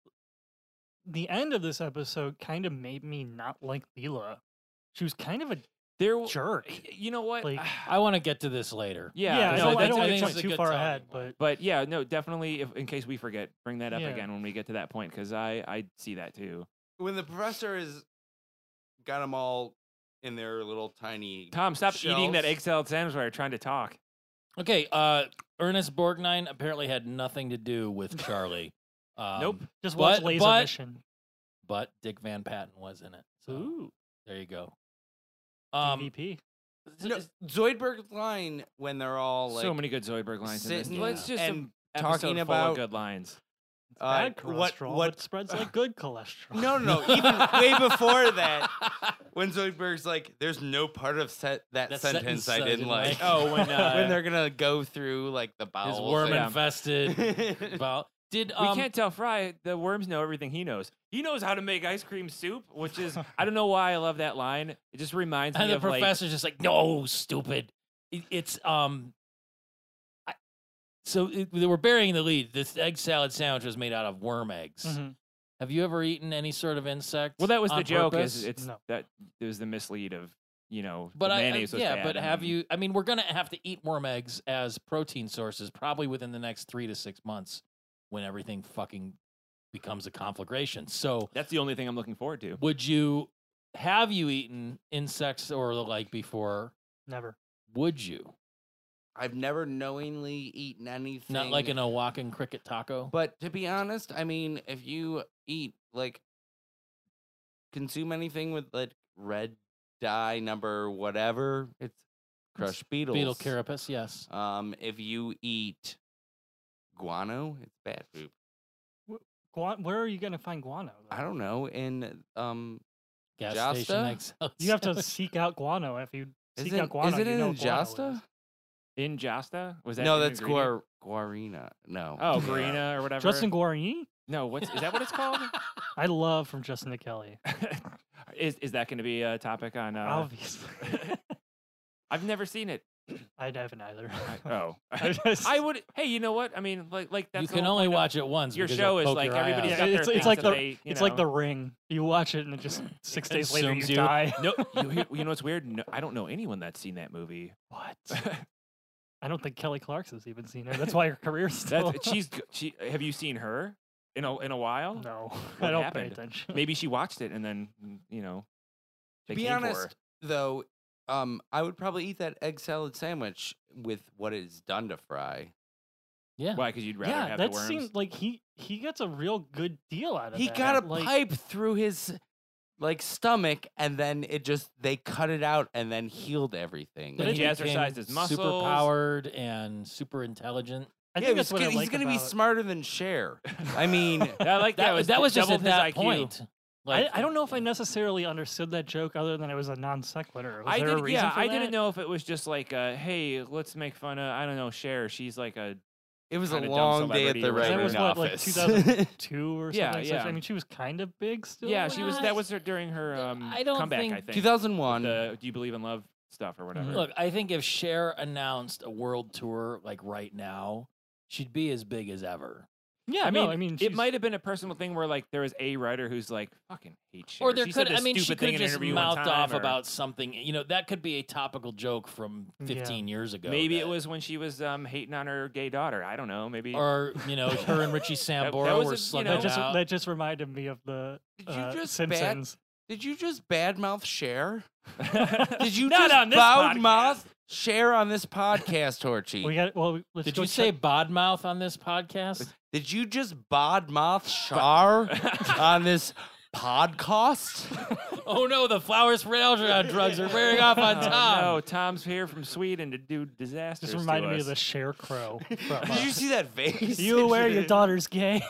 the end of this episode kind of made me not like Leela. She was kind of a There, w- jerk. y- you know what? Like- I want to get to this later. yeah, I no, don't, I that's- don't I want think to jump it's a too good far talking ahead, point. but But yeah, no, definitely. If, in case we forget, bring that up Yeah. again when we get to that point, because I I see that too. when the professor is got them all in their little tiny. Tom, stop eating that Shells. egg salad sandwich while you're trying to talk. Okay. Uh, Ernest Borgnine apparently had nothing to do with Charlie. Um, Nope. just watch But- Laser but- Mission. But Dick Van Patten was in it. So Ooh, there you go. um, Um, No, Zoidberg's line when they're all like so many good Zoidberg lines. In this. sitting Let's just and some talking episode full of about- good lines. uh, bad cholesterol. What, what spreads like good cholesterol? No, no, no. Even way before that, when Zoidberg's like, "There's no part of set that, That sentence, I didn't like." Oh, when, uh, when they're gonna go through like the bowels. his and- worm infested. Well, did We um, can't tell Fry. The worms know everything he knows. He knows how to make ice cream soup, which is I don't know why I love that line. It just reminds and me the of like professor's just like, no, stupid. It- it's um. I, so it, they were burying the lead. This egg salad sandwich was made out of worm eggs, Mhm. Have you ever eaten any sort of insect? Mm-hmm. Well, that was the on joke. purpose? Is it's No. that it was the mislead of you know but the I, I mayonnaise was yeah. bad But and have then- you? I mean, we're gonna have to eat worm eggs as protein sources probably within the next three to six months when everything fucking becomes a conflagration. So That's the only thing I'm looking forward to. would you? Have you eaten insects or the like before? Never. Would you? I've never knowingly eaten anything. Not like in a walking cricket taco. But to be honest, I mean, if you eat like consume anything with like red dye number whatever, it's crushed beetles. Beetle carapace, yes. Um, if you eat guano, it's bad poop. Guan- where are you going to find guano? I don't know. In um, Gas station Jasta? eggs. You have to seek out guano if you is seek it, out guano. is it you in know guano is. Jasta? In Jasta was that No, an that's ingredient? guar guarina. No. Oh, Yeah. Garina or whatever. Justin Guarini? no, what's is that what it's called? I love from Justin to Kelly. is is that going to be a topic on? Uh, Obviously. I've never seen it. I haven't either. Oh, I just- I would. Hey, you know what? I mean, like like that's you the can whole only point of- watch it once. your because you'll show is poke like your eye everybody's out. got Yeah, their it's- it's things like that the- they, you it's like know. the ring. You watch it and it just six days later you, consumes you. die. no. You, hear- you know what's weird? No, I don't know anyone that's seen that movie. What? I don't think Kelly Clarkson's even seen it. That's why her career's still. That's she's g- she. Have you seen her in a in a while? no, What I don't happened? pay attention. Maybe she watched it and then mm, you know. They To be came for her. honest, though, um, I would probably eat that egg salad sandwich with what it's done to fry. Yeah. Why? Because you'd rather yeah, have that the worms. seemed like he he gets a real good deal out of He that. got a like, pipe through his like stomach, and then it just they cut it out and then healed everything. But Then he you exercised became his muscles. Super powered and super intelligent. I Yeah, think he's that's what gonna, I he's like gonna be about- smarter than Cher. I mean, I like that. That, was that was just doubled at his that IQ. point. Like, I, I don't know if I necessarily understood that joke other than it was a non sequitur. Was I there a didn't. reason Yeah, for I that? didn't know if it was just like, uh, hey, let's make fun of. I don't know. Cher. She's like a. it was a Kinda dumb long day at celebrity the or whatever. That was writing what, like, office. 2000? Two or something. Yeah, like such. yeah. I mean, she was kind of big still. Yeah, she was. Well, That was her, during her uh, um, I don't comeback. think- I think. 2001. The Do you believe in love stuff or whatever? Look, I think if Cher announced a world tour like right now, she'd be as big as ever. Yeah, I mean, no, I mean, it she's- might have been a personal thing where like there was a writer who's like fucking hate Cher. Or there she said could, this I mean, she stupid could thing have in an just interview mouthed one time, off or about something. You know, that could be a topical joke from Yeah. 15 years ago. Maybe it that- was when she was um, hating on her gay daughter. I don't know. Maybe Or, you know, her and Richie that Sambora was a- were you slugging know, that just it out. that just reminded me of the Did you uh, just bat- Simpsons. Did you just badmouth Cher? did Did you Not just on this badmouth podcast. Cher on this podcast, Torchy? We got well. Let's Did go you say check- bodmouth on this podcast? Did you just badmouth Char on this podcast? oh no, the flowers for Algernon drugs are wearing off on Tom. Oh, no, Tom's here from Sweden to do disasters. Just reminded to me us. of the Scarecrow. Did you see that face? uh, you aware your daughter's gay?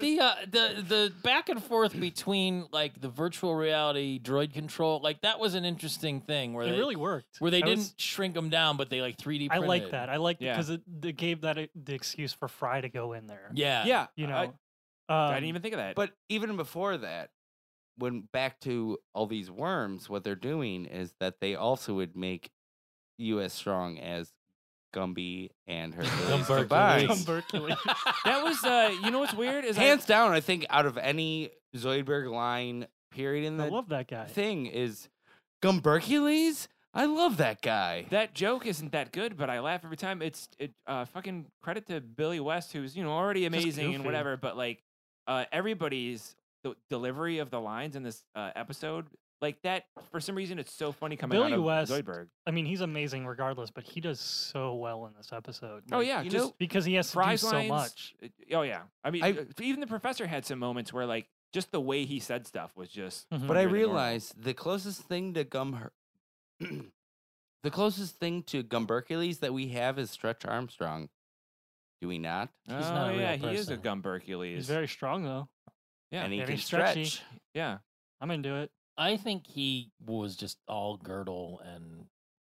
The uh, the the back and forth between like the virtual reality droid control, like that was an interesting thing where it they really worked. where they I didn't was- shrink them down, but they like 3D. I Printed. like that. I like Yeah. because it, it gave that e- the excuse for Fry to go in there. Yeah, Yeah, you know. I, I Um, didn't even think of that. But even before that, when back to all these worms, what they're doing is that they also would make you as strong as Gumby and Hercules Gumbercules. combined. Gumbercules. that was, uh, you know, what's weird is Hands down, I think out of any Zoidberg line period in I the love that guy. thing is Gumbercules. I love that guy. I, that joke isn't that good, but I laugh every time. It's it, uh, fucking credit to Billy West, who's you know already amazing and goofy. whatever. But like, uh, everybody's the delivery of the lines in this uh, episode, like that, for some reason, it's so funny coming Billy out of West- Zoidberg. I mean, he's amazing regardless, but he does so well in this episode. Oh like, yeah, you just know- because he has to do Fry's so lines- much. uh, Oh yeah, I mean, I- uh, even the professor had some moments where like just the way he said stuff was just. Mhm. But funnier than I normal. realized the closest thing to Gum, the closest thing to Gumbercules that we have is Stretch Armstrong. Do we not? oh not a real yeah, he is a person. Gumbercules. He's very strong though. Yeah, and he very can stretchy. stretch. yeah. I'm into it. I think he was just all girdle and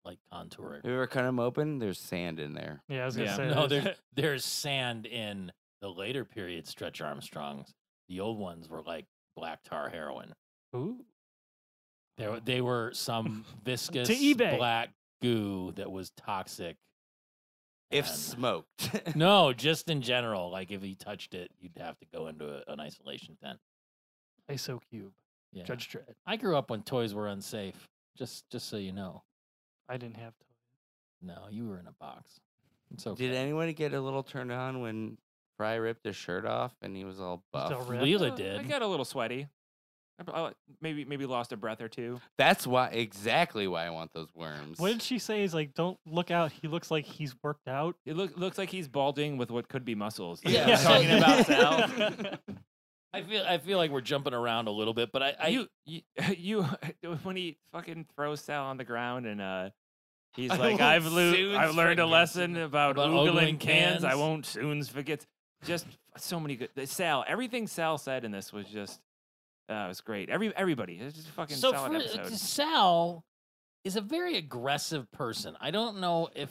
like contouring. If we were cut him open, there's sand in there. Yeah, I was gonna Yeah. say. No, there's- there's there's sand in the later period Stretch Armstrongs. The old ones were like black tar heroin. Ooh. They were, they were some viscous eBay. black goo that was toxic. If and- smoked. no, just in general, like if you touched it, you'd have to go into a, an isolation tent. ISO Cube, Yeah. Judge Dredd. I grew up when toys were unsafe. Just just so you know. I didn't have to. No, you were in a box. It's okay. Did anyone get a little turned on when Fry ripped his shirt off and he was all It's buff? all ripped. Leela Uh, I did. got a little sweaty. I b- I maybe maybe lost a breath or two. That's why exactly why I want those worms. What did she say? Is like, don't look out. He looks like he's worked out. It look, looks like he's balding with what could be muscles. Yeah, I'm so- talking about Sal. Sal. I feel I feel like we're jumping around a little bit, but I, I you, you, you when he fucking throws Sal on the ground and uh, he's I like, won't "I've lo- soon I've learned a forget." lesson about, About oogling oogling cans. I cans. won't soon forget." Just so many good Sal. Everything Sal said in this was just. Uh, it was great. Every everybody, it's just a fucking so solid for, uh, episode. Sal is a very aggressive person. I don't know if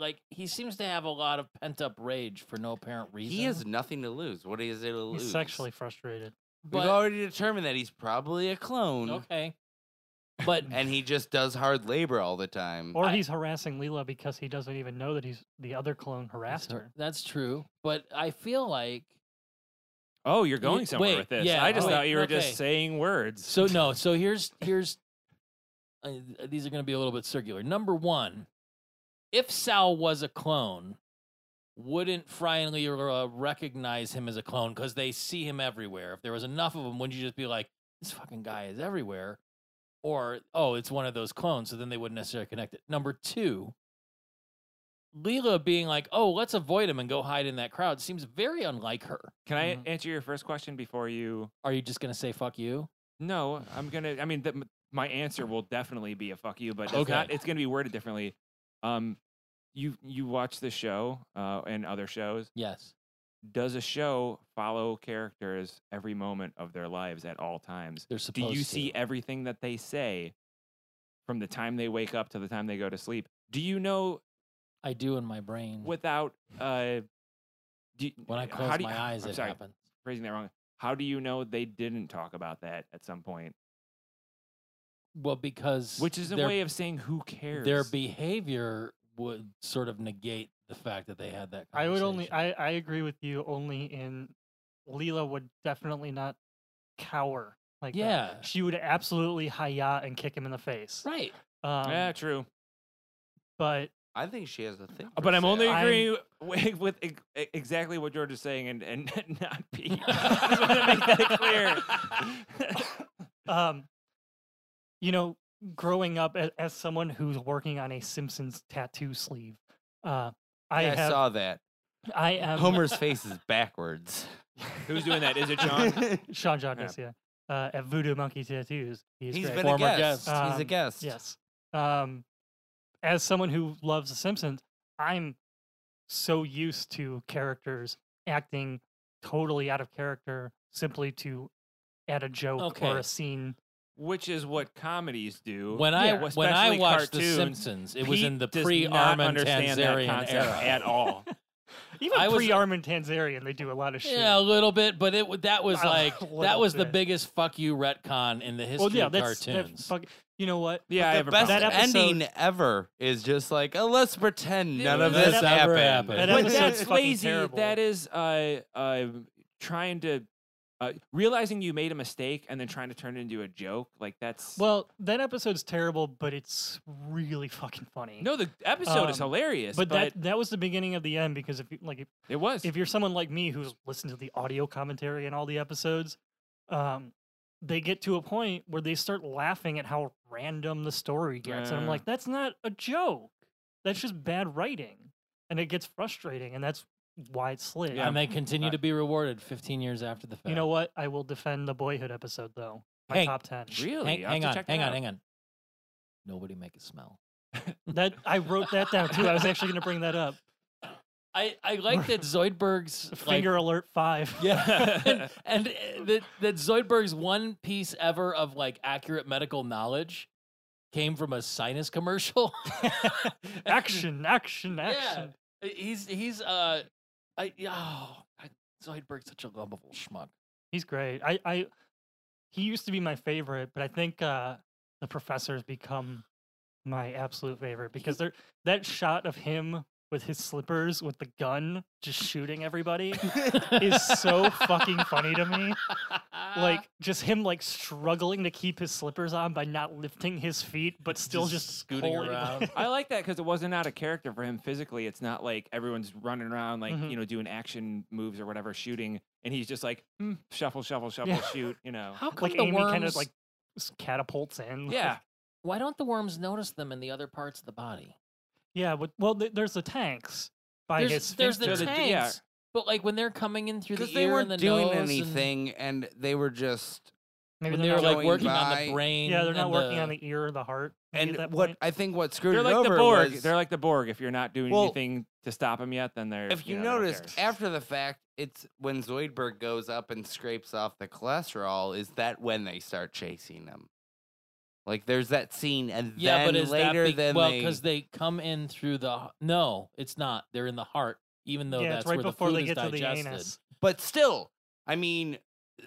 like he seems to have a lot of pent up rage for no apparent reason. he has nothing to lose. What is there to lose? he's sexually frustrated. We've but, already determined that he's probably a clone. okay, but And he just does hard labor all the time. Or I- he's harassing Leela because he doesn't even know that he's the other clone harassed her. that's true. But I feel like Oh, you're going Wait, somewhere wait, with this. yeah, I just wait, thought you were okay. just saying words. so. No, so here's here's uh, these are going to be a little bit circular. Number one, if Sal was a clone. Wouldn't Fry and Leela recognize him as a clone because they see him everywhere? If there was enough of him, wouldn't you just be like, this fucking guy is everywhere? Or, oh, it's one of those clones. So then they wouldn't necessarily connect it. Number two, Leela being like, oh, let's avoid him and go hide in that crowd seems very unlike her. Can I Mm-hmm. Mhm. answer your first question before you? Are you just going to say fuck you? No, I'm gonna. I mean, the, my answer will definitely be a fuck you, but it's Okay. not. It's gonna be worded differently. Um, you you watch the show uh, and other shows. Yes. Does a show follow characters every moment of their lives at all times? They're Do supposed you see to. everything that they say from the time they wake up to the time they go to sleep? Do you know I do in my brain. without uh? Do you- Mm. uh, when I how close do you- my eyes, I'm it sorry, happens. phrasing that wrong. How do you know they didn't talk about that at some point? Well, because Which is a their- way of saying who cares. their behavior would sort of negate the fact that they had that. I would only, conversation. I, I agree with you only in Leela would definitely not cower like that. Yeah. She would absolutely hi-ya and kick him in the face. right. Um, yeah, true. But I think she has a thing. for Uh, But I'm only Sal. I'm- agreeing with, with ex- exactly what George is saying and, and not Pete. I just want to make that clear. um, you know, growing up as, as someone who's working on a Simpsons tattoo sleeve, uh, I Yeah, I have, saw that. I am Homer's face is backwards. Who's doing that? Is it John? Sean Jockus, yeah, uh, at Voodoo Monkey Tattoos. He's, He's great. been a Former guest. guest. He's a Um, guest. yes. Um, as someone who loves The Simpsons, I'm so used to characters acting totally out of character simply to add a joke or Okay. a scene. Which is what comedies do. When I Well, when I especially watched The cartoons, Simpsons, it was in Pete the does pre not Armin understand that Tanzarian concept era at all. Even I was- pre-Armin Tanzarian, they do a lot of shit. Yeah, a little bit, but it wa- that was A like that little was the bit. biggest fuck you retcon in the history well, yeah, of that's, cartoons. that's fuck, you know what? Yeah, I the have a best problem with That episode- ending ever is just like, oh, let's pretend It none of was- this That ever happened. happened. That But episode's that's fucking lazy. terrible. That is uh, uh, trying to uh, realizing you made a mistake and then trying to turn it into a joke. Like that's Well, that episode's terrible, but it's really fucking funny. no. The episode is um, hilarious, but, that that was the beginning of the end because if you, like if, it was. if you're someone like me who's listened to the audio commentary and all the episodes, um, they get to a point where they start laughing at how random the story gets, and I'm Yeah. like, that's not a joke. That's just bad writing, and it gets frustrating, and that's why it's slid. Yeah. And they continue I- to be rewarded 15 years after the fact. You know what? I will defend the Boyhood episode though. My Hank, top ten. really? Hang, I'll hang have to on, check that hang on, out. hang on. Nobody make a smell. That I wrote that down too. I was actually going to bring that up. I, I like that Zoidberg's like, Finger alert five. Yeah. and and uh, that, that Zoidberg's one piece ever of like accurate medical knowledge came from a sinus commercial. action, action, Yeah. Eh, action. He's, he's, uh, I, yeah, oh, I- Zoidberg's such a lovable schmuck. He's great. I, I, he used to be my favorite, but I think uh, the professor's become my absolute favorite because they're that shot of him with his slippers with the gun just shooting everybody is so fucking funny to me. like just him like struggling to keep his slippers on by not lifting his feet, but still just, Just scooting holding- around. I like that because it wasn't out of character for him physically. It's not like everyone's running around Mm-hmm. like Mhm. you know doing action moves or whatever, shooting, and he's just like "Hmm, shuffle, shuffle, shuffle, shoot. You know, How come like the Amy worms? kind of like s- catapults in. like- yeah. why don't the worms notice them in the other parts of the body? yeah. But, well, th- there's the tanks by There's, his. there's So the the- tanks, yeah. but like when they're coming in through Because the they ear weren't and the doing nose, and anything, and they were just. Maybe when they they're were not like going working on by- the brain. Yeah, they're not and working the, on the ear or the heart. maybe And at that what point. I think what screwed They're it like the over Borg. was They're like the Borg. If you're not doing Well, anything to stop them yet, then they're. if you know, they don't noticed care. after the fact, it's when Zoidberg goes up and scrapes off the cholesterol. Is that when they start chasing him? Like there's that scene, and Yeah, then but is later that be- than well they, because they come in through the no, it's not. They're in the heart, even though yeah, that's it's right where before the food they get is to the digested. anus. but still, I mean, uh,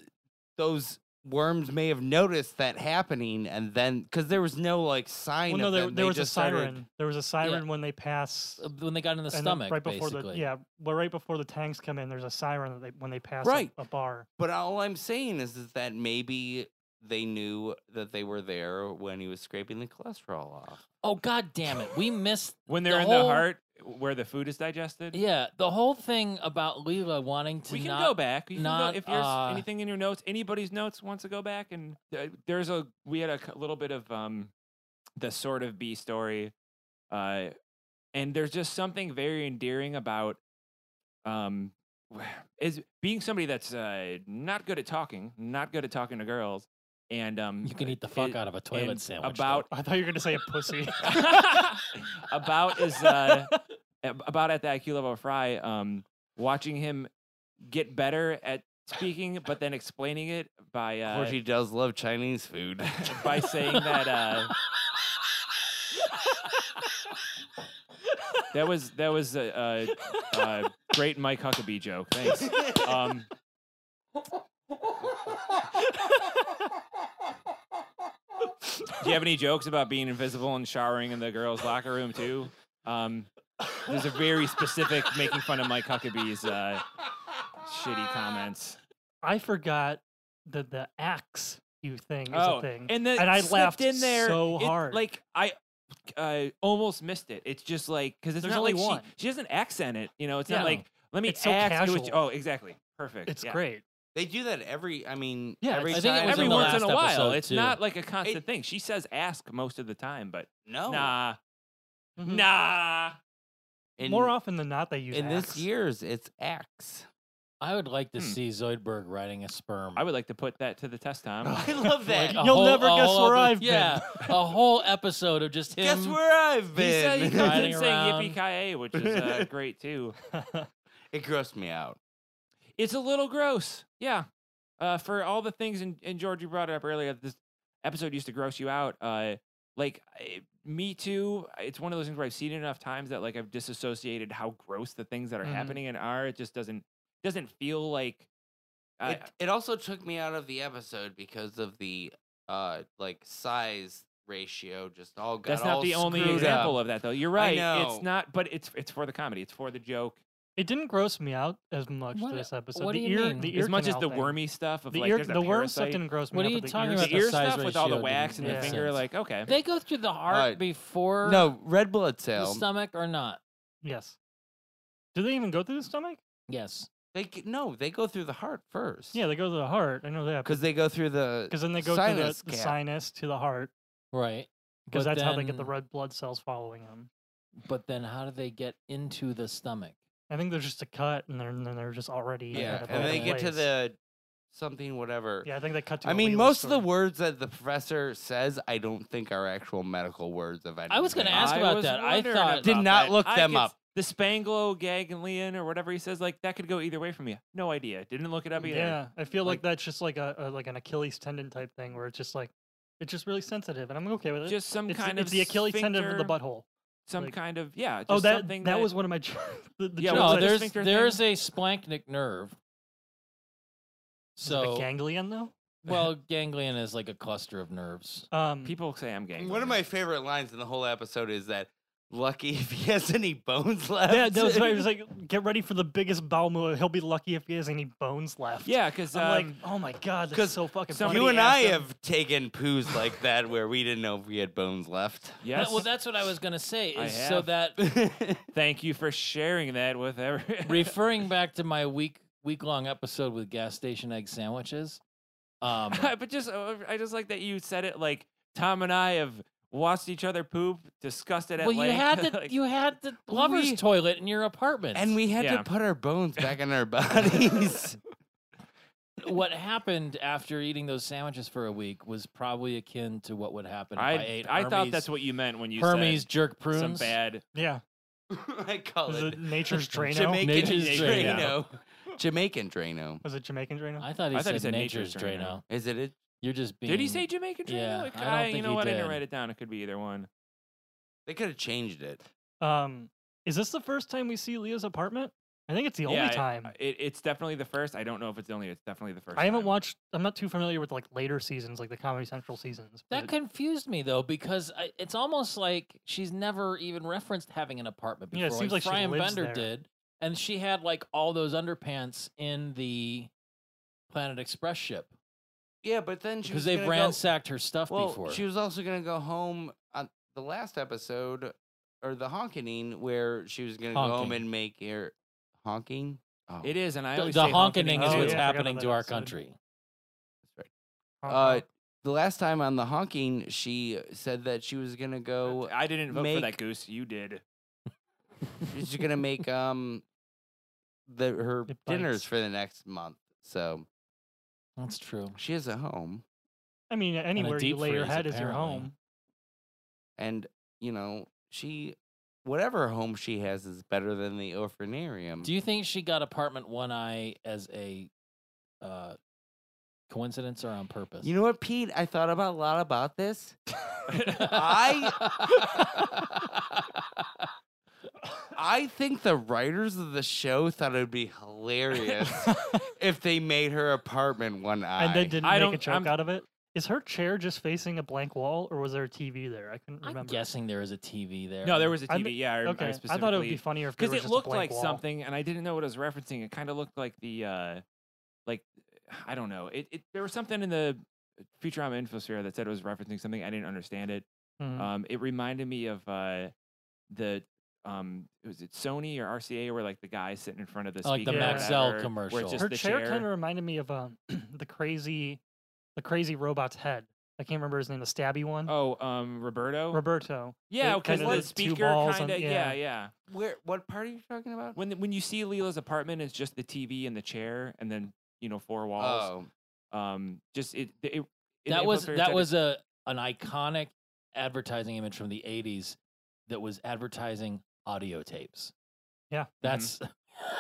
those worms may have noticed that happening, and then because there was no like sign. Well, no, of there, them, there they was a just started- siren. There was a siren when they pass. Uh, When they got in the and then stomach, right before basically. the yeah, well, right before the tanks come in, there's a siren that they, when they pass a- Right. a, bar. But all I'm saying is, is that maybe they knew that they were there when he was scraping the cholesterol off. Oh god damn it. We missed when they're the in whole- the heart where the food is digested. yeah, the whole thing about Leela wanting to We can not go back. You can go- not, if there's uh, anything in your notes, anybody's notes wants to go back and uh, there's a we had a c- little bit of um the sort of B story, uh, and there's just something very endearing about um is being somebody that's uh, not good at talking, not good at talking to girls, and um You can eat the fuck out of a toilet and sandwich. though. about I thought you were gonna say a pussy. about is uh, ab- about at the IQ level of Fry, um, watching him get better at speaking, but then explaining it by Of course, uh, he does love Chinese food. by saying that uh, that was that was a, a, a great Mike Huckabee joke. Thanks. Um, do you have any jokes about being invisible and showering in the girls' locker room too? Um, there's a very specific making fun of Mike Huckabee's uh, shitty comments. I forgot that the axe you thing is a thing. and then and I slipped laughed in there so it- hard. like I uh, almost missed it. It's just like because it's There's not only like one. She, she doesn't accent it. You know, it's Yeah. not like let me It's so axe. it was- casual. oh, exactly, perfect. it's yeah. great. they do that every. I mean, Yeah, every I think it time. was Every in the once in a last while, episode, it's too. not like a constant thing. She says ask most of the time, but Oh. no, nah, Mhm. nah. in, More often than not, they use in this axe. year's, it's X. I would like to Hmm. see Zoidberg riding a sperm. I would like to put that to the test, Tom. I love that. A You'll never a guess where epi- I've been. Yeah, a whole episode of just him. Guess where I've he said he been? comes in Riding saying around. yippee ki which is uh, great too. it grossed me out. it's a little gross. Yeah. Uh, for all the things, and, and George, you brought it up earlier, this episode used to gross you out. Uh, like, I, me too. It's one of those things where I've seen it enough times that like I've disassociated how gross the things that are Mhm. happening and are. It just doesn't doesn't feel like. Uh, it, it also took me out of the episode because of the uh like size ratio just all got that's all not the only screwed example up. of that, though. You're right. know. It's not, but it's it's for the comedy. It's for the joke. It didn't gross me out as much What- this episode. what the do you ear, mean? the ear As much as canal the thing. wormy stuff of the like ear, there's a the worm stuff parasite. didn't gross me What out. are you but the talking ear about? stuff- the the ear size stuff with all the ratio didn't wax and the make finger, sense. like okay. They go through the heart Alright. before no red blood the cell stomach or not. Yes. Do they even go through the stomach? Yes. they g- no they go through the heart first Yeah, they go to the heart. I know that because they go through the because then they go sinus through the, the cap. sinus to the heart Right. because But that's how they get the then- red blood cells following them. But then how do they get into the stomach? I think there's just a cut, and they're, and then they're just already in yeah that and they other get to place. the something whatever yeah. I think they cut. To I a mean, legal most of the story. words that the professor says, I don't think are actual medical words of anything. I was going to ask I about was that. I wondering thought about Did not that. look I them could- up. The Spanglo, Gag, and Leon, or whatever he says, like that could go either way for me. No idea. Didn't look it up either. Yeah, I feel like, Like- that's just like a, a like an Achilles tendon type thing where it's just like it's just really sensitive, and I'm okay with it. Just some it's, kind it's of the Achilles tendon of the sphincter, butthole. Some like- kind of yeah. Just Oh, that something that, was one of my jo- the, the Yeah, jokes well, no, I just- there's sphincter there's a splanchnic nerve. Is it a So ganglion though. well, ganglion is like a cluster of nerves. Um, people say I'm gay. One of my favorite lines in the whole episode is that lucky if he has any bones left. Yeah, that was right. It was like, get ready for the biggest bowel move. He'll be lucky if he has any bones left. Yeah, because I'm like, um, oh my god, that's 'cause so fucking some- funny. you somebody and I asked him- have taken poos like that where we didn't know if we had bones left. yes. well, that's what I was gonna say. I Is so have. that thank you for sharing that with every. referring back to my week week long episode with gas station egg sandwiches. Um, but just uh, I just like that you said it like Tom and I have watched each other poop, discussed it at well, you length, had the like- you had the Well, lovers' we- toilet in your apartment, and we had Yeah. to put our bones back in our bodies. what happened after eating those sandwiches for a week was probably akin to what would happen if I, I ate. I thought Hermes- that's what you meant when you Hermes jerk said prunes. some bad. yeah, I call was it it nature's Drano? Jamaican Nature's Drano. Jamaican Drano. was it Jamaican Drano? I thought he I said, thought he said nature's nature's Drano. Drano. Is it? A, You're just being. Did he say Jamaican Drano? Yeah, Like, I don't you think know he what? I did. didn't write it down. It could be either one. they could have changed it. Um, is this the first time we see Leah's apartment? I think it's the Yeah, only time. I- It, it's definitely the first. I don't know if it's the only. It's definitely the first. I haven't time. watched. I'm not too familiar with like later seasons, like the Comedy Central seasons. That but- confused me though, because I, it's almost like she's never even referenced having an apartment before. Yeah, it seems like she Brian lives Bender there. did, and she had like all those underpants in the Planet Express ship Yeah, but then she because was they've gonna go- ransacked her stuff well, before. she was also gonna go home on the last episode or the honkening where she was gonna go home Honking. and make her honking. Oh, It is, and I the always the say honking is what's Oh, yeah, I forgot happening about to that our episode. country. Hong Uh, Kong. the last time on the honking, she said that she was gonna go. I didn't vote for make- that goose. You did. She's gonna make um, the her It dinners bites. for the next month. So That's true. she has a home, I mean, anywhere you deep lay your freeze, head is your apparently. home. and you know she, whatever home she has is better than the orphanarium. Do you think she got apartment one eye as a uh, coincidence or on purpose? You know what, Pete? I thought about a lot about this. I- I think the writers of the show thought it would be hilarious if they made her apartment one eye. and they didn't I make a don't- joke I'm- out of it. Is her chair just facing a blank wall, or was there a TV there? I couldn't remember. I'm guessing there is a TV there. No, there was a I'm- TV. yeah, I, rem- Okay, I I, specifically thought it would be funnier if there because it was just a looked blank like wall. something, and I didn't know what it was referencing. It kind of looked like the, uh like I don't know. It, it there was something in the Futurama infosphere that said it was referencing something. I didn't understand it. Mm-hmm. Mhm. Um, it reminded me of uh the um was it Sony or RCA where like the guy sitting in front of the Oh, like the speaker or Maxell whatever, where commercial. it's just her the chair, chair, kind of reminded me of um, the crazy, the crazy robot's head. I can't remember his name. The stabby one, Oh, um, Roberto. Roberto. yeah, it kinda because the does two speaker balls kind of. and- yeah. yeah, yeah. Where? What part are you talking about? When the- when you see Leela's apartment, it's just the TV and the chair, and then you know four walls. Oh, Um, just it. it it- it that was infiltrates that it. was a an iconic advertising image from the 80s that was advertising audio tapes. Yeah. Mhm. That's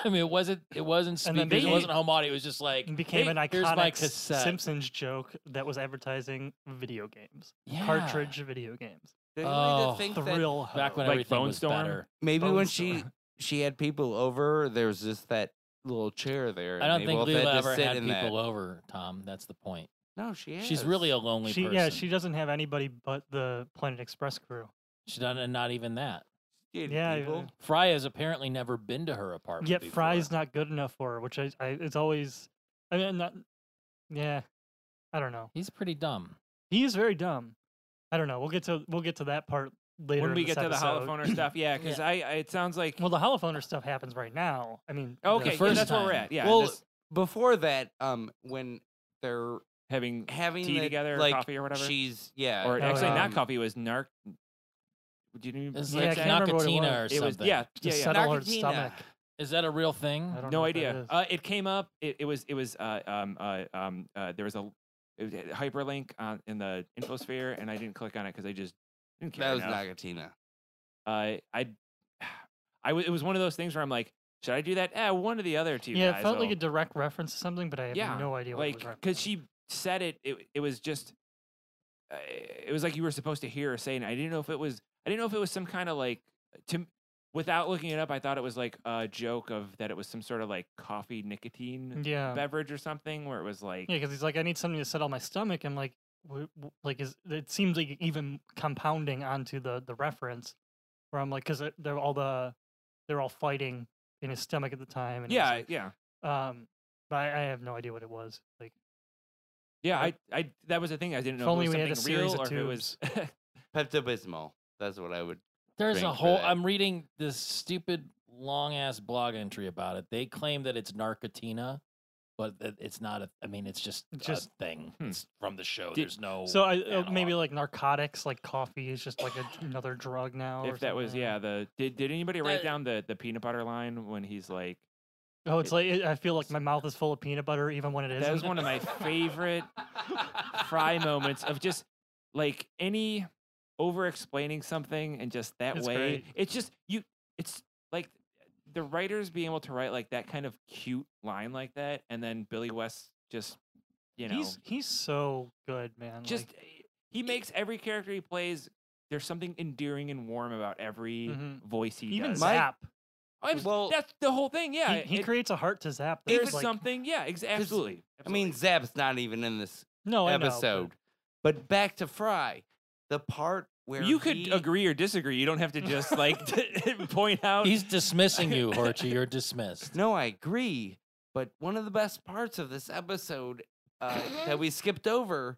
I mean it wasn't it wasn't And then speakers, it they- wasn't home audio, it was just like It became "Hey, an here's my iconic S- cassette." Simpsons joke that was advertising video games, Yeah. cartridge video games. They Oh, think that Thrill back when Like everything Bone was Storm? better. maybe when Bones she she had people over, there was just that little chair there. I don't and they think both had Leela to ever sit had in people that. over, Tom. That's the point. No, she is. She's really a lonely She, person. yeah, she doesn't have anybody but the Planet Express crew. She done and not even that. Yeah, yeah, people. Fry has apparently never been to her apartment. Yet before. Fry's not good enough for her, which I, I it's always, I mean, not, yeah, I don't know. He's pretty dumb. He is very dumb. I don't know. We'll get to we'll get to that part later. when in we this get to the episode. holophoner stuff. Yeah, because Yeah. I, I it sounds like Well, the holophoner stuff happens right now. I mean, the- Oh, okay, yeah, first that's where we're time. at. Yeah, Well, this- Before that, um, when they're having having tea the, together, or like coffee or whatever, she's yeah, or Oh, Uh, actually yeah. not coffee it was narc. Do you know? It's Yeah, I like can't remember what it Nakatina or was. it something. was yeah, to yeah, yeah. settle her Narcatina. stomach. Is that a real thing? I don't know No what that idea. is. Uh, it came up. It, it was. It was. Uh, um. Uh, um. Uh, there was a, it was a hyperlink on in the infosphere, and I didn't click on it because I just didn't care. that was enough. Nagatina. Uh, I, I w- it was one of those things where I'm like, should I do that? Eh, one of the other two. yeah, guys it felt will- like a direct reference to something, but I have Yeah, no idea what it like was. because referencing. she said it, it it was just uh, it was like you were supposed to hear her saying i didn't know if it was i didn't know if it was some kind of like to m- without looking it up i thought it was like a joke of that it was some sort of like coffee nicotine Mm, yeah, yeah, beverage or something where it was like because he's like, I need something to settle my stomach. I'm like, w- w- like is it seems like even compounding onto the the reference. where I'm like, because they're all the they're all fighting in his stomach at the time. And it was yeah, like- yeah, um, but I, I have no idea what it was. Like, yeah. I, I, that was the thing. I didn't know If only if we it had a was something real series or of if it was. Pepto Bismol. That's what I would. There's a drink for whole. that. I'm reading this stupid long ass blog entry about it. They claim that it's Narcotina, but that it's not. A, I mean, it's just It's just- a thing. Hmm. It's from the show. Did- There's no. so I uh, maybe analog. like narcotics, like coffee is just like a, another drug now. or if that was something. yeah, the did did anybody write That- down the the peanut butter line when he's like Oh, it's like it, I feel like my mouth is full of peanut butter, even when it isn't. that was one of my favorite fry moments of just like any over explaining something and just that It's way great. it's just you it's like the writers being able to write like that kind of cute line like that and then billy west just you know he's he's so good, man. just eh, like, e he makes every character he plays there's something endearing and warm about every Mhm. voice he even does My- Zap. I'm- well- that's the whole thing yeah he, he it- creates a heart to Zap. if There's it's like, something yeah ex- absolutely I mean, absolutely. Zab's not even in this Oh, no I know, but- episode. but... back to Fry, the part where you could he- agree or disagree you don't have to just like point out He's dismissing you, Horchie. You're dismissed. No, I agree. But one of the best parts of this episode uh, Mm-hmm. that we skipped over.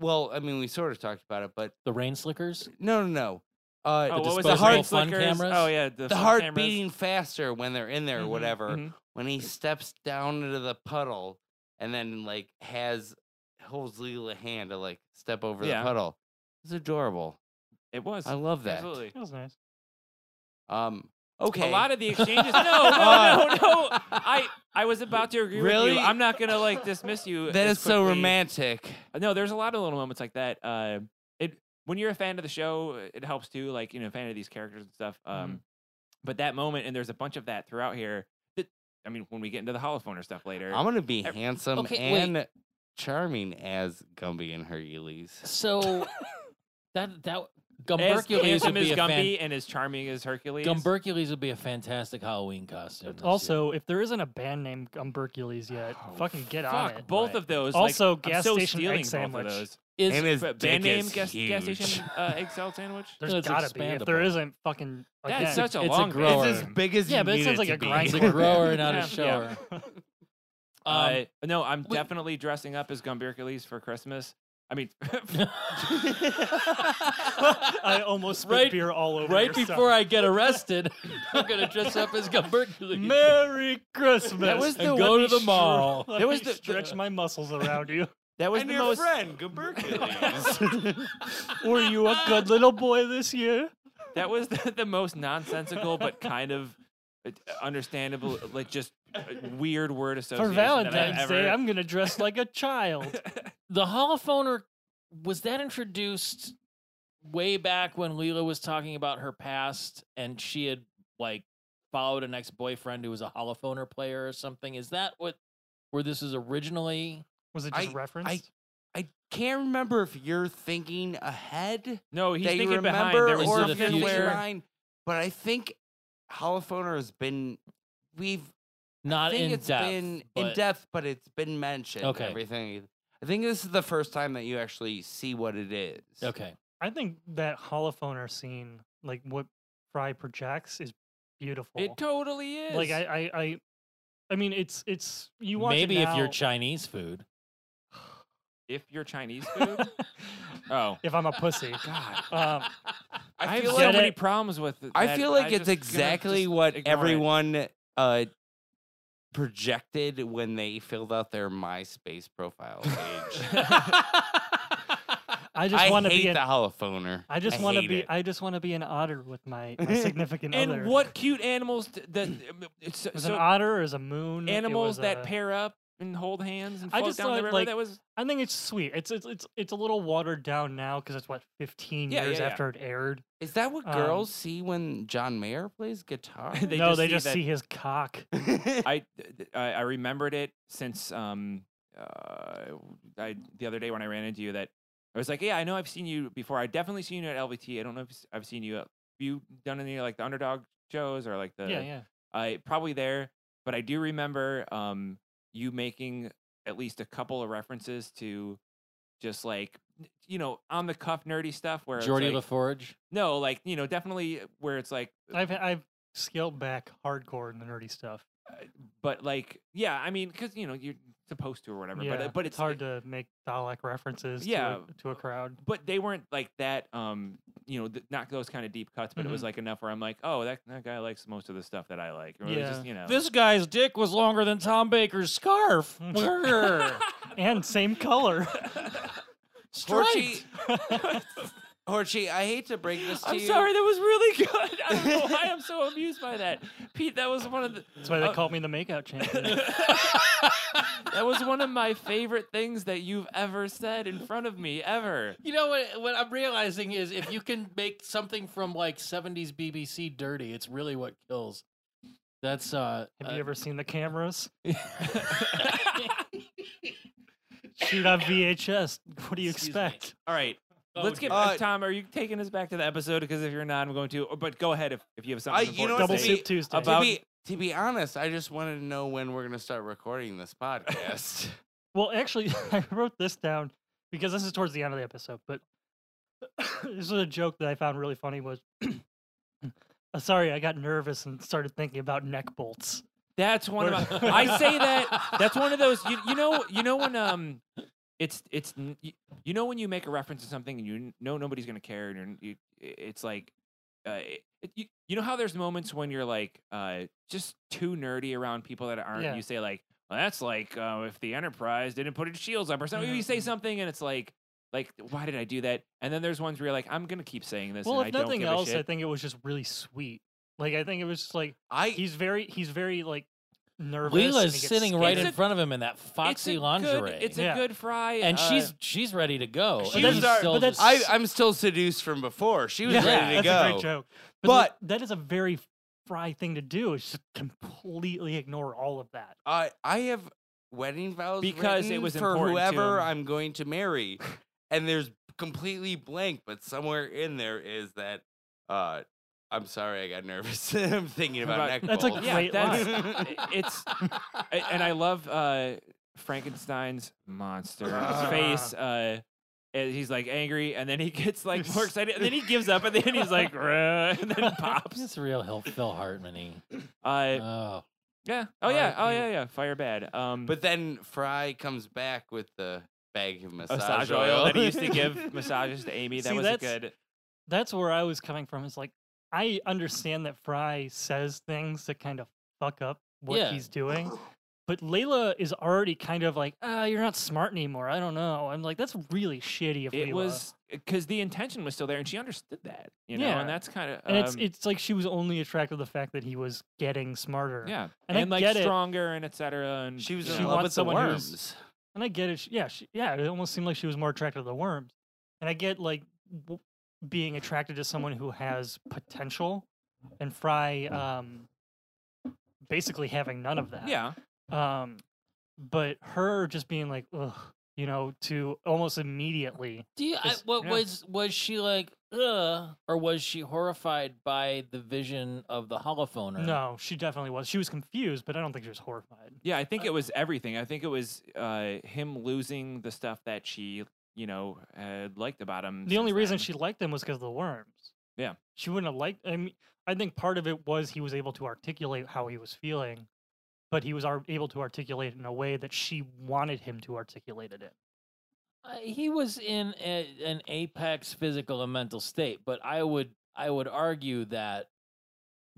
Well, I mean, we sort of talked about it, but The rain slickers. no, no, no. Uh, Oh, The what was the disposable heart fun flickers? cameras? Oh yeah, the, the fun heart cameras. beating faster when they're in there or Mhm, whatever. mhm. When he steps down into the puddle and then like has holds Leela hand to like step over Yeah. the puddle. It's adorable. It was. I love that. Absolutely. That was nice. Um. Okay. A lot of the exchanges. No, no, no, no. I I was about to agree with Really? you. I'm not gonna like dismiss you. that as is so quickly. Uh, romantic. No, there's a lot of little moments like that. Uh, it when you're a fan of the show, it helps too. Like you know, fan of these characters and stuff. Um, but that moment, and there's a bunch of that throughout here. That I mean, when we get into the holophone or stuff later. I'm gonna be Ev- handsome okay, wait. and charming as Gumby and Hercules. So that that as Gumbercules would handsome as be a fan- Gumby and as charming as Hercules. Gumbercules would be a fantastic Halloween costume. this year. Also, if there isn't a band named Gumbercules yet, Oh, fucking get on Fuck, it. both Right. of those. like, Also, I'm gas so station egg stealing both of sandwich. those. is and his But dick band name is gas, gas huge. station uh, egg salad sandwich. There's It's gotta be. If there expandable. isn't, fucking That's again, such a it's a long grower. It's as big as yeah, you but it need sounds like to a be. grind. He's a grower, not a Yeah, shower. Uh, Um, no, I'm we- definitely dressing up as Gumbercules for Christmas. I mean, I almost spit Right- beer all over. right your stuff. before I get arrested, I'm gonna dress up as Gumbercules. Merry Christmas. That was and the go one to the he mall. Let There me was the- the- stretch my muscles around you. that was and the your most. friend Gumbercules. Were you a good little boy this year? That was the, the most nonsensical, but kind of uh, understandable, like just uh, weird word For association Valentine's that I've Day, ever- I'm gonna dress like a child. The holophoner was that introduced way back when Leela was talking about her past and she had like followed an ex-boyfriend who was a holophoner player or something. Is that what where this is originally? Was it I- just referenced? I- I can't remember if you're thinking ahead no, he's that you thinking remember behind. There was or the if you're thinking future. behind. But I think Holophoner has been we've I Not think in it's depth. been in but- depth, but it's been mentioned. Okay. Everything. I think this is the first time that you actually see what it is. Okay. I think that holophoner scene, like what Fry projects, is beautiful. It totally is. like I, I, I, I mean, it's it's you watch it Maybe if you're now- Chinese food. if you're Chinese food. oh, if I'm a pussy. God. Um, I, have feel so like- many problems with. I that. feel like just it's gonna exactly just what ignore it. everyone uh, projected when they filled out their MySpace profile page. I just I want to hate be an, the holophoner. I just want to hate be it. I just want to be an otter with my, my significant And other. what cute animals d- that it's so, it was so an otter? It was a moon. it animals was that a- pair up and hold hands and I float just down the thought, river. like, that was I think it's sweet. It's it's it's it's a little watered down now because it's what 15 Yeah, years yeah, yeah. after it aired. Is that what um, girls see when John Mayer plays guitar? They no, just they see just that- see his cock. I, th- I I remembered it since um uh I the other day when I ran into you that I was like yeah I know I've seen you before I definitely seen you at LVT I don't know if s- I've seen you at, you done any like the underdog shows or like the yeah, yeah. I probably there but I do remember um you making at least a couple of references to just like n- you know on the cuff nerdy stuff where it's Jordy like, LaForge. no like you know definitely where it's like I've I've scaled back hardcore in the nerdy stuff. but like yeah i mean because you know you're supposed to or whatever yeah, but uh, but it's, hard to make Dalek references. Yeah, to a, to a crowd. but they weren't like that um you know th- not those kind of deep cuts but it Mm-hmm. was like enough where i'm like oh that, that guy likes most of the stuff that i like or it was just, Yeah. you know This guy's dick was longer than Tom Baker's scarf. Brr. And same color. Horchie, Striped. Horchie, I hate to break this to i'm you. sorry that was really good i don't know why i'm so amused by that pete that was one of the That's why they uh, called me the makeout champion. that was one of my favorite things that you've ever said in front of me ever You know what? What I'm realizing is if you can make something from like 70s BBC dirty, it's really what kills. That's uh. Have you uh, ever seen the cameras? Shoot on VHS. What do you Excuse me. expect? all right Oh, Let's get dear. Uh, Tom. Are you taking us back to the episode? Because if you're not, I'm going to. or- But go ahead if, if you have something. I- you important know to Double what's say. neat Soup Tuesday. about- To be, to be honest, I just wanted to know when we're gonna start recording this podcast. Well, actually, I wrote this down because this is towards the end of the episode. But this was a joke that I found really funny. Was Uh, sorry, I got nervous and started thinking about neck bolts. That's one of my, Where- I say that. That's one of those. You, you know. You know when um, it's it's n- you, you know when you make a reference to something and you n- know nobody's gonna care and you're, n- you it's like, uh, it, you, you know how there's moments when you're like uh just too nerdy around people that aren't. Yeah. You say like, well, that's like uh, if the Enterprise didn't put its shields up or something. You say Mhm. something and it's like. Like, why did I do that? And then there's ones where you're like, I'm gonna keep saying this. well, and if I don't nothing give a else, I shit. think it was just really sweet. Like I think it was just like I he's very he's very like nervous. and he Leela's gets sitting right scared. in It's a- front of him in that foxy it's a lingerie, Good, it's Yeah. a good fry, and uh, she's she's ready to go. She and was he's our- still but that's- just- I I'm still seduced from before. She was Yeah, ready to that's a go. great joke. But, like, But- that is a very fry thing to do. Is just completely ignore all of that. I I have wedding vows Because it written was for important to whoever him. I'm going to marry, and there's completely blank, but somewhere in there is that. uh I'm sorry, I got nervous. I'm thinking about, About- neck That's a bolts. yeah, great that's line. i- it's I- and I love uh, Frankenstein's monster Ah. His face. Uh, and he's like angry, and then he gets like more excited, and then he gives up, and then he's like, "Ruh," and then pops. It's real Hil- Phil Hartmany. Uh, Oh, yeah. Oh yeah. Oh R.I.P.. yeah. Yeah. Fire bad. Um, But then Fry comes back with the bag of massage, massage oil that he used to give massages to Amy. That See, was a that's- good. that's where I was coming from. Is like I understand that Fry says things that kind of fuck up what Yeah. he's doing, but Layla is already kind of like, ah, you're not smart anymore. I don't know. I'm like, that's really shitty. Of It Layla." was because the intention was still there, and she understood that. You know, Yeah. and that's kind of. and it's um, it's like she was only attracted to the fact that he was getting smarter. yeah, and I like get it. stronger and etc. And She was you in She know. love wants with the someone who's- worms. and I get it. She, yeah, she, yeah, it almost seemed like she was more attracted to the worms, and I get like w- being attracted to someone who has potential, and Fry um, basically having none of that. Yeah, Um, but her just being like, ugh, you know, to almost immediately. do you, I, Just- what yeah. was was she like? Ugh, or was she horrified by the vision of the holophoner? No, she definitely was. She was confused, but I don't think she was horrified. yeah. I think it was everything. I think it was uh, him losing the stuff that she, you know, had liked about him. The only since reason then. she liked him was because of the worms. Yeah. She wouldn't have liked. I mean, I think part of it was he was able to articulate how he was feeling, but he was ar- able to articulate it in a way that she wanted him to articulate it in. Uh, he was in a, an apex physical and mental state, but I would I would argue that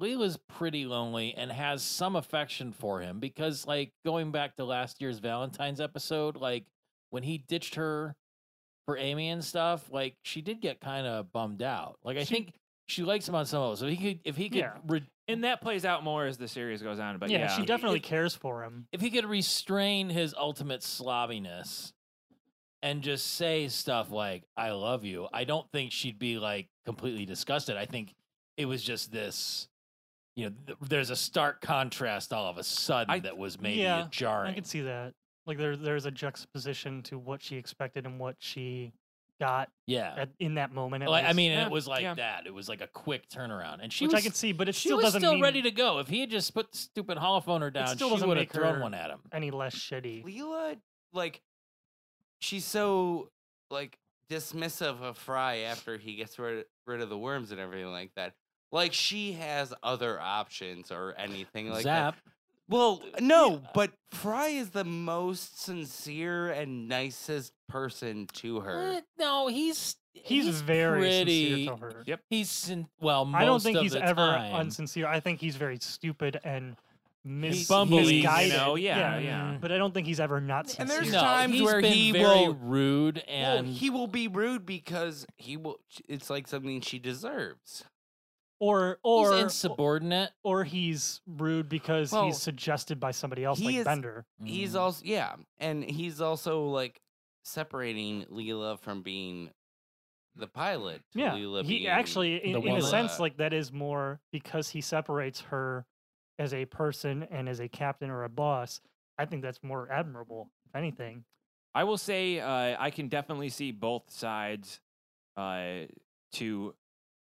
Leela's pretty lonely and has some affection for him because like going back to last year's Valentine's episode, like when he ditched her for Amy and stuff, like she did get kind of bummed out. Like I She- think she likes him on some level. So he could if he could Yeah. re- and that plays out more as the series goes on. But yeah, she definitely cares for him. if he could restrain his ultimate slobbiness and just say stuff like "I love you," I don't think she'd be like completely disgusted. I think it was just this, you know, th- there's a stark contrast all of a sudden I- that was maybe yeah, I could jarring. I could see that. Like there, there's a juxtaposition to what she expected and what she got yeah, at, in that moment. at like Uh, I least, mean, Yeah, it was like yeah. that. It was like a quick turnaround, and she which was I could see, but it she still was doesn't still mean ready to go. If he had just put the stupid holophoner down, still she doesn't would have make thrown her- one at him. any less shitty. Leela, like, she's so like dismissive of Fry after he gets rid rid of the worms and everything like that. Like she has other options or anything like that. Zap. Uh, Well, no, but Fry is the most sincere and nicest person to her. Eh, no, he's He's, very pretty. sincere to her. Yep. He's sin- well. Most I don't think of he's the ever time. unsincere. I think he's very stupid and mis- bumbling, you misguided. know, yeah, yeah. But I don't think he's ever not sincere. And there's no, times he's where been he very will- rude Well, and he will be rude because he will. It's like something she deserves. or he's or insubordinate. or he's rude because Well, he's suggested by somebody else, he like is- Bender. He's Mm-hmm. Mm. also yeah, and he's also like separating Leela from being the pilot. to Yeah, Leela he being actually, in, the in a woman. sense, Uh, like that is more because he separates her as a person and as a captain or a boss. I think that's more admirable, if anything. I will say uh, I can definitely see both sides uh, to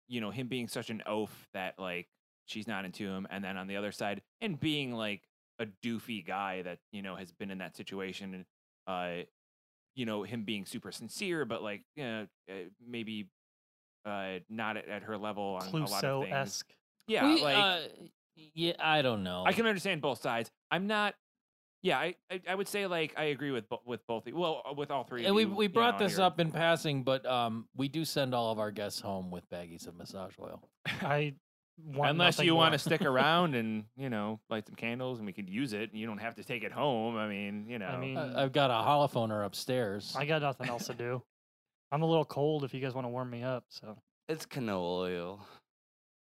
you know him being such an oaf that like she's not into him, and then on the other side and being like a doofy guy that you know has been in that situation and uh, you know him being super sincere, but like you know, uh, maybe uh, not at, at her level on a lot of Clouseau things. esque. Yeah, We, like uh, yeah, I don't know. I can understand both sides. I'm not. Yeah, I, I, I would say like I agree with bo- with both. Well, uh, with all three. of And we you, we you know, brought on this your- up in passing, but um, we do send all of our guests home with baggies of massage oil. I want Unless you want want to stick around and you know light some candles and we could use it and you don't have to take it home. I mean, you know. I mean, I, I've got a holophoner upstairs. Mm. I got nothing else to do. I'm a little cold. If you guys want to warm me up, so it's canola oil.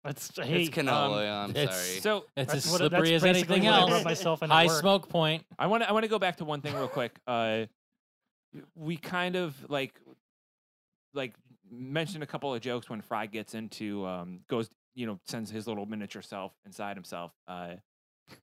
that's hey, it's canola um, oil. I'm it's- sorry. so it's as that's what- slippery as that's basically anything what I rub else. myself in at High work. smoke point. I want to I want to go back to one thing real quick. Uh, we kind of like like mentioned a couple of jokes when Fry gets into um, goes you know sends his little miniature self inside himself, uh,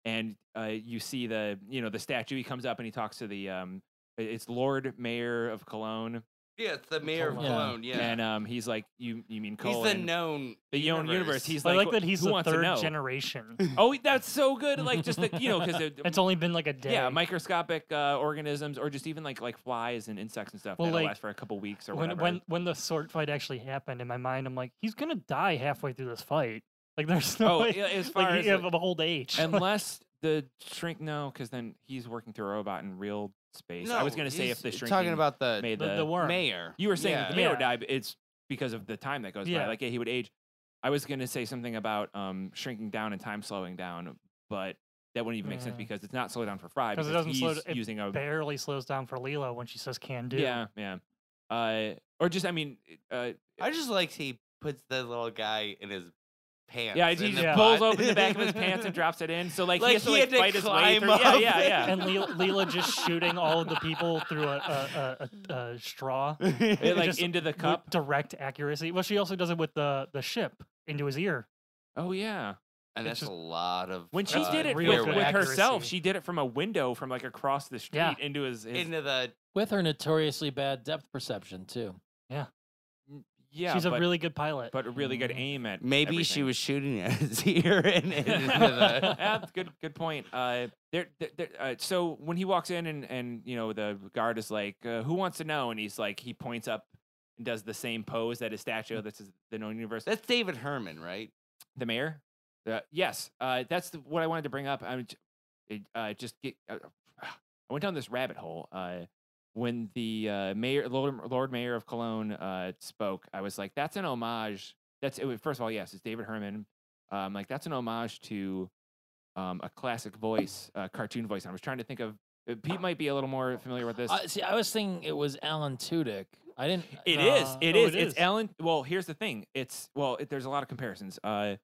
and uh, you see the you know the statue. He comes up and he talks to the um, i- it's Lord Mayor of Cologne, yeah, it's the mayor of Cologne. Yeah. Cologne. Yeah, and um, he's like you you mean he's Cologne? the known the known universe. He's But I like, like "Wh- that he's who the wants to third know?" generation. Oh, that's so good. Like just the you know because it's only been like a day. Yeah, microscopic uh, organisms, or just even like like flies and insects and stuff Well, that'll like, last for a couple weeks or when whatever. when when the sword fight actually happened in my mind, I'm like, he's gonna die halfway through this fight. Like, there's no Oh, way. yeah, as far like, as you have like- a old age. unless the shrink, no, because then he's working through a robot in real space. I was No, gonna say if he's the shrink talking about the, made uh, the, the worm. mayor. you were saying yeah. that the mayor would Yeah. die, but it's because of the time that goes by. Yeah. Like yeah, he would age. I was gonna say something about um, shrinking down and time slowing down, but that wouldn't even make sense Yeah. because it's not slow down for Fry Mm-hmm. 'Cause because it doesn't he's slow d- it using a Barely slows down for Lilo when she says "can do." yeah yeah. Uh, or just I mean, uh, I just like he puts the little guy in his pants. Yeah, in he the just pulls pot. open the back of his pants and drops it in. So like, Like, he has to he like had to fight his way climb through. Yeah, up. yeah, yeah. And Lila, Lila just shooting all of the people through a a, a, a, a straw. It, like just into the with cup. direct accuracy. Well, she also does it with the the ship into his ear. Oh yeah. And It's that's just- a lot of When she uh, did it with, real rear with quick. wax herself, accuracy. she did it from a window from like across the street Yeah. into his. his into the With her notoriously bad depth perception too. n- yeah, She's a but, really good pilot. but a really good Mm. aim at. Maybe she everything. was shooting at his ear and, and into the, yeah, that's good good point. Uh, there, there, there- uh, so when he walks in and and you know the guard is like, uh, "Who wants to know?" and he's like, he points up and does the same pose that his Mm. statue. This is the known universe. that's David Herman, right? the mayor. Uh, yes, uh, that's the, what I wanted to bring up. I would- it, uh, just get. Uh, I went down this rabbit hole uh, when the uh, mayor, Lord, Lord Mayor of Cologne, uh, spoke. I was like, "That's an homage." That's it, was- first of all, yes, it's David Herman. Um, like that's an homage to um, a classic voice, uh, cartoon voice. And I was trying to think of uh, Pete might be a little more familiar with this. I, see, I was thinking it was Alan Tudyk. I didn't. It is. Uh, It oh, is. it It's is. Alan. Well, here's the thing. It's well. It, there's a lot of comparisons. Uh,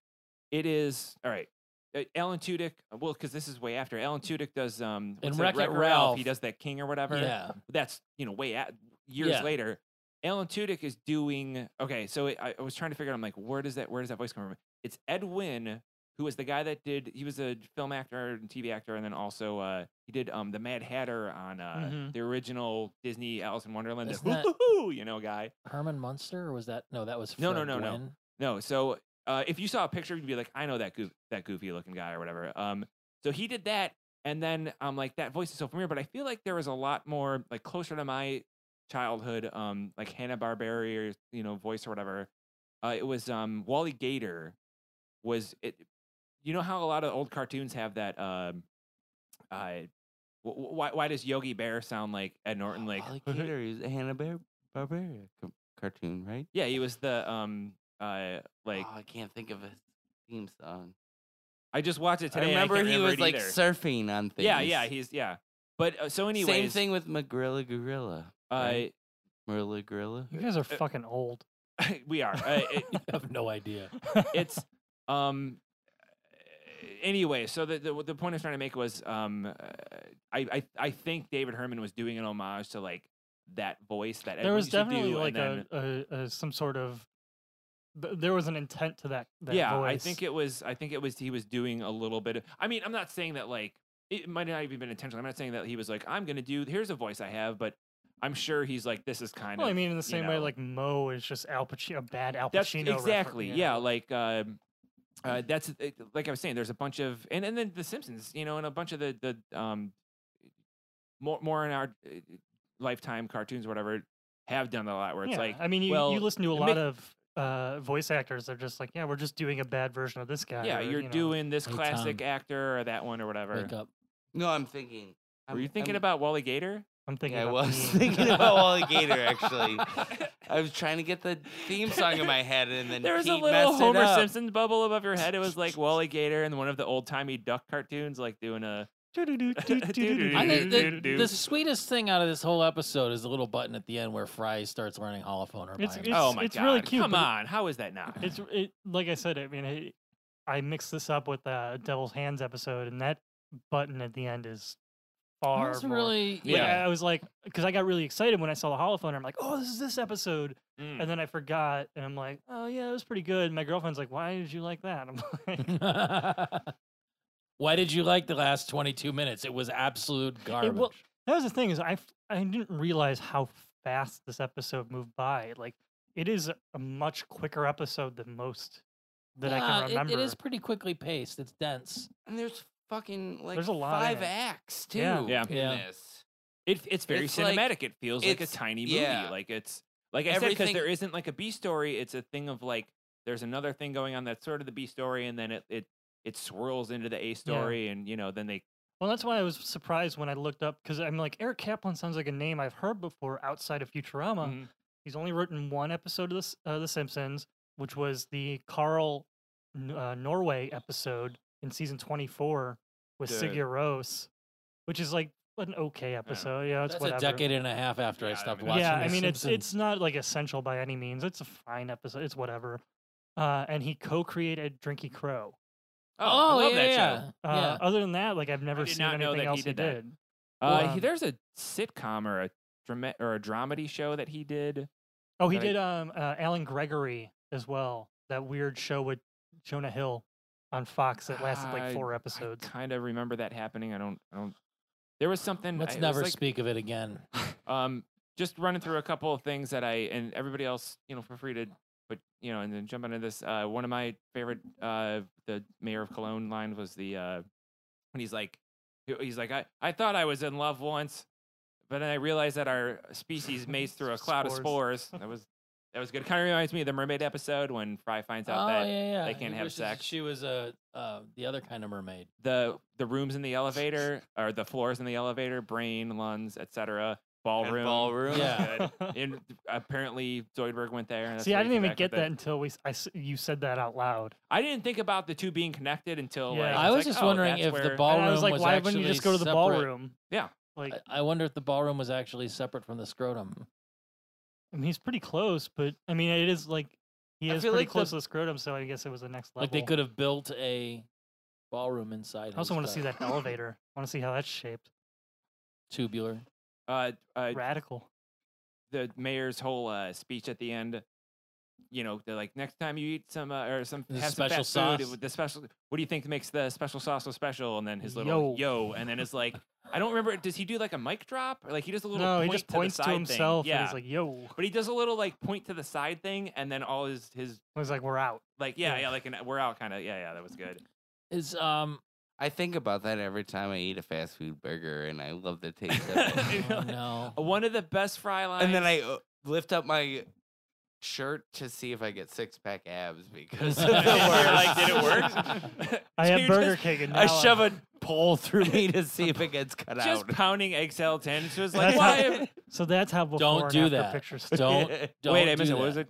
it is all right. uh, Alan Tudyk. Well, because this is way after Alan Tudyk does um And what's that, Wreck-It He Ralph. does that King or whatever. Yeah. That's you know way at years Yeah. later. Alan Tudyk is doing okay. So it, I, I was trying to figure out. I'm like, where does that where does that voice come from? It's Ed Wynn, who was the guy that did. He was a film actor and TV actor, and then also uh, he did um the Mad Hatter on uh, Mhm. the original Disney Alice in Wonderland. the Mm-hmm. Isn't that- hoo-hoo-hoo, you know, guy. Herman Munster, or was that no? That was No, no, Fred no, no. Gwynn. No, so uh, if you saw a picture, you'd be like, I know that goof- that goofy looking guy or whatever. Um, so he did that, and then I'm like, that voice is so familiar, but I feel like there was a lot more like closer to my childhood um like Hanna Barbera, you know, voice or whatever. Uh, it was um Wally Gator was it you know how a lot of old cartoons have that um uh wh- wh- why why does Yogi Bear sound like Ed Norton like Like Oh, Gator is a Hanna Bar- Barbera c- cartoon, right? yeah, he was the um uh like oh, I can't think of his theme song. I just watched it today. I and remember can't he was it like either. surfing on things. Yeah, yeah, he's yeah. But uh, so anyways, Same thing with Magrilla Gorilla. Uh, right? Marilla Gorilla. You guys are fucking old. we are. Uh, it, I have no idea. it's um anyway so the, the the point i was trying to make was um uh, I, I i think david herman was doing an homage to like that voice that everyone there was used to definitely do, and like then, a, a, a some sort of th- there was an intent to that, that yeah i voice. think it was i think it was he was doing a little bit of, i mean i'm not saying that like it might not even been intentional i'm not saying that he was like i'm gonna do here's a voice i have but i'm sure he's like this is kind well of i mean in the you same way know, like mo is just al pacino a bad al pacino that's refer- exactly you know? yeah like um uh, that's it- like I was saying. There's a bunch of and, and then the Simpsons, you know, and a bunch of the the um more more in our uh, lifetime cartoons or whatever have done that a lot where it's Yeah, like I mean, you, well, you listen to a it lot make- of uh, voice actors. They're just like, yeah, we're just doing a bad version of this guy. yeah, or, you're you know, doing this Hey, classic Tom. actor or that one or whatever. uh, Wake up. No, I'm thinking. Were I'm- you thinking I'm- about Wally Gator? I'm thinking. Yeah, I about was me. thinking about Wally Gator actually. I was trying to get the theme song in my head, and then There was Pete a little messed it Homer up. Simpson bubble above your head. It was like Wally Gator and one of the old timey duck cartoons, like doing a I think the, Do-do-do-do-do. the sweetest thing out of this whole episode is the little button at the end where Fry starts learning holophone or It's- by it's- oh my god! really cute, Come but it- on, how is that not? It's it, like I said. I mean, I, I mixed this up with the Devil's Hands episode, and that button at the end is far That's more. really like, Yeah. I, I was like, because I got really excited when I saw the holophone. I'm like, oh, this is this episode, Mm. and then I forgot, and I'm like, oh yeah, it was pretty good. And my girlfriend's like, why did you like that? I'm like, Why did you like the last 22 minutes? It was absolute garbage. It will- that was the thing is I f- I didn't realize how fast this episode moved by. Like it is a much quicker episode than most that I Yeah, can it- remember. it is pretty quickly paced. It's dense. And there's fucking like There's a lot in five it. acts too. Yeah. Yeah. in Yeah. this. It, it's very It's like- cinematic. it feels like a it's- tiny movie. yeah. Like it's like I said, because Everything- there isn't like a B story. It's a thing of like there's another thing going on that's sort of the B story, and then it it it swirls into the A story, and you know then they Well, that's why I was surprised when I looked up because I'm like Eric Kaplan sounds like a name I've heard before outside of Futurama. Mhm. He's only written one episode of this, uh, The Simpsons, which was the Carl N- uh, Norway episode in season 24 with The- Sigur Rós, which is like an okay episode. Yeah, it's That's whatever. a decade and a half after Yeah, I I stopped mean, watching. yeah, The I mean it's Simpsons. it's not like essential by any means. It's a fine episode. It's whatever. Uh, and he co-created Drinky Crow. oh, I love yeah, that yeah, show. Uh, Other than that, like I've never did seen not know anything that he else he did that. did. Uh, Well, he- there's a sitcom or a drama or a dramedy show that he did. Oh, he Right. did um uh, Alan Gregory as well. That weird show with Jonah Hill on Fox that lasted I- like four episodes. I kind of remember that happening. I don't. I don't. There was something. Let's I- it was never like- speak of it again. Um, just running through a couple of things that I and everybody else, you know, feel free to, but you know, and then jump into this. Uh, one of my favorite, uh, the mayor of Cologne line was the uh, when he's like, he- he's like, I, I thought I was in love once, but then I realized that our species mates through a cloud of Spores. spores. That was that was good. Kind of reminds me of the mermaid episode when Fry finds out oh that yeah, yeah. they he can't have wishes that sex. She was a uh, the other kind of mermaid. the the rooms in the elevator or the floors in the elevator, brain, lungs, etc. Ballroom, ballroom. was Yeah. good. and apparently Zoidberg went there. And that's See, where I he didn't came even back get with it. that until we s- I s- you said that out loud. I didn't think about the two being connected until Yeah. like, I I it's was like, just oh, wondering that's if the where- And ballroom I was like, was why actually wouldn't you just go to the separate- ballroom? Yeah. Like, I- I wonder if the ballroom was actually separate from the scrotum. I mean, he's pretty close, but I mean, it is like he I is feel pretty like the- close to the scrotum, so I guess it was the next level. Like they could have built a ballroom inside. I also his, want to see uh, that elevator. I want to see how that's shaped. tubular. uh, uh, Radical. the mayor's whole uh, speech at the end. You know, they're like, next time you eat some uh, or some The have some special fast food, it sauce. would- the special. What do you think makes the special sauce so special? And then his little yo, and then it's like, I don't remember. Does he do like a mic drop or like he does a little? No, he point just to the points to, side thing? himself Yeah, and he's like, "Yo," but he does a little like point to the side thing, and then all his his he's like, "We're out." like yeah Yeah. yeah like an we're out kind of yeah yeah that was good. Is um I think about that every time I eat a fast food burger, and I love the taste of it. Oh, One no. of the best fry lines. and then I uh, lift up my shirt to see if I get six pack abs because of the You're worst. like, "Did it work?" I So had you're Burger just- King and now I shove I'm- a pole through me to see if it gets cut Just out. pounding eggshell tin. It's just like, That's why? how- am- So that's how before Don't and do after that. pictures start. Don't. don't Wait, I do missed it. that. What was it?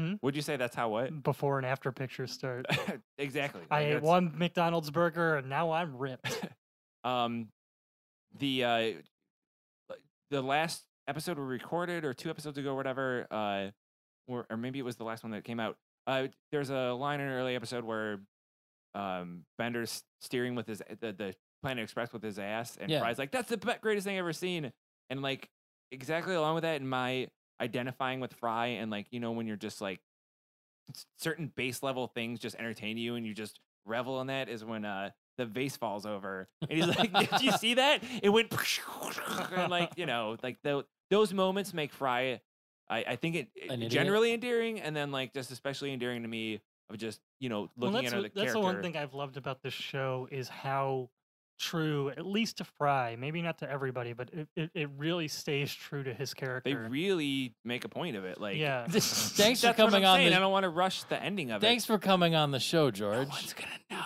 Hmm? Would you say that's how what? Before and after pictures start. exactly. I Like, ate it's- one McDonald's burger and now I'm ripped. Um, the uh, the last episode we recorded, or two episodes ago, whatever, uh, or, or maybe it was the last one that came out. Uh, there's a line in an early episode where um, Bender's steering with his the, the Planet Express with his ass, and Yeah. Fry's like, "That's the be- greatest thing I've ever seen." And like, exactly along with that, in my identifying with Fry, and like, you know, when you're just like s- certain base level things just entertain you, and you just revel in that, is when uh the vase falls over, and he's like, "Did you see that?" It went, and like, you know, like tho- those moments make Fry. I, I think it, it An idiot. generally endearing, and then like just especially endearing to me of just you know Well, looking at that's her, what- the that's character. the one thing I've loved about this show is how true, at least to Fry, maybe not to everybody, but it, it, it really stays true to his character. they really make a point of it. Like, yeah. Thanks for that's what coming I'm on saying. the- I don't want to rush the ending of Thanks it. for coming on the show, George.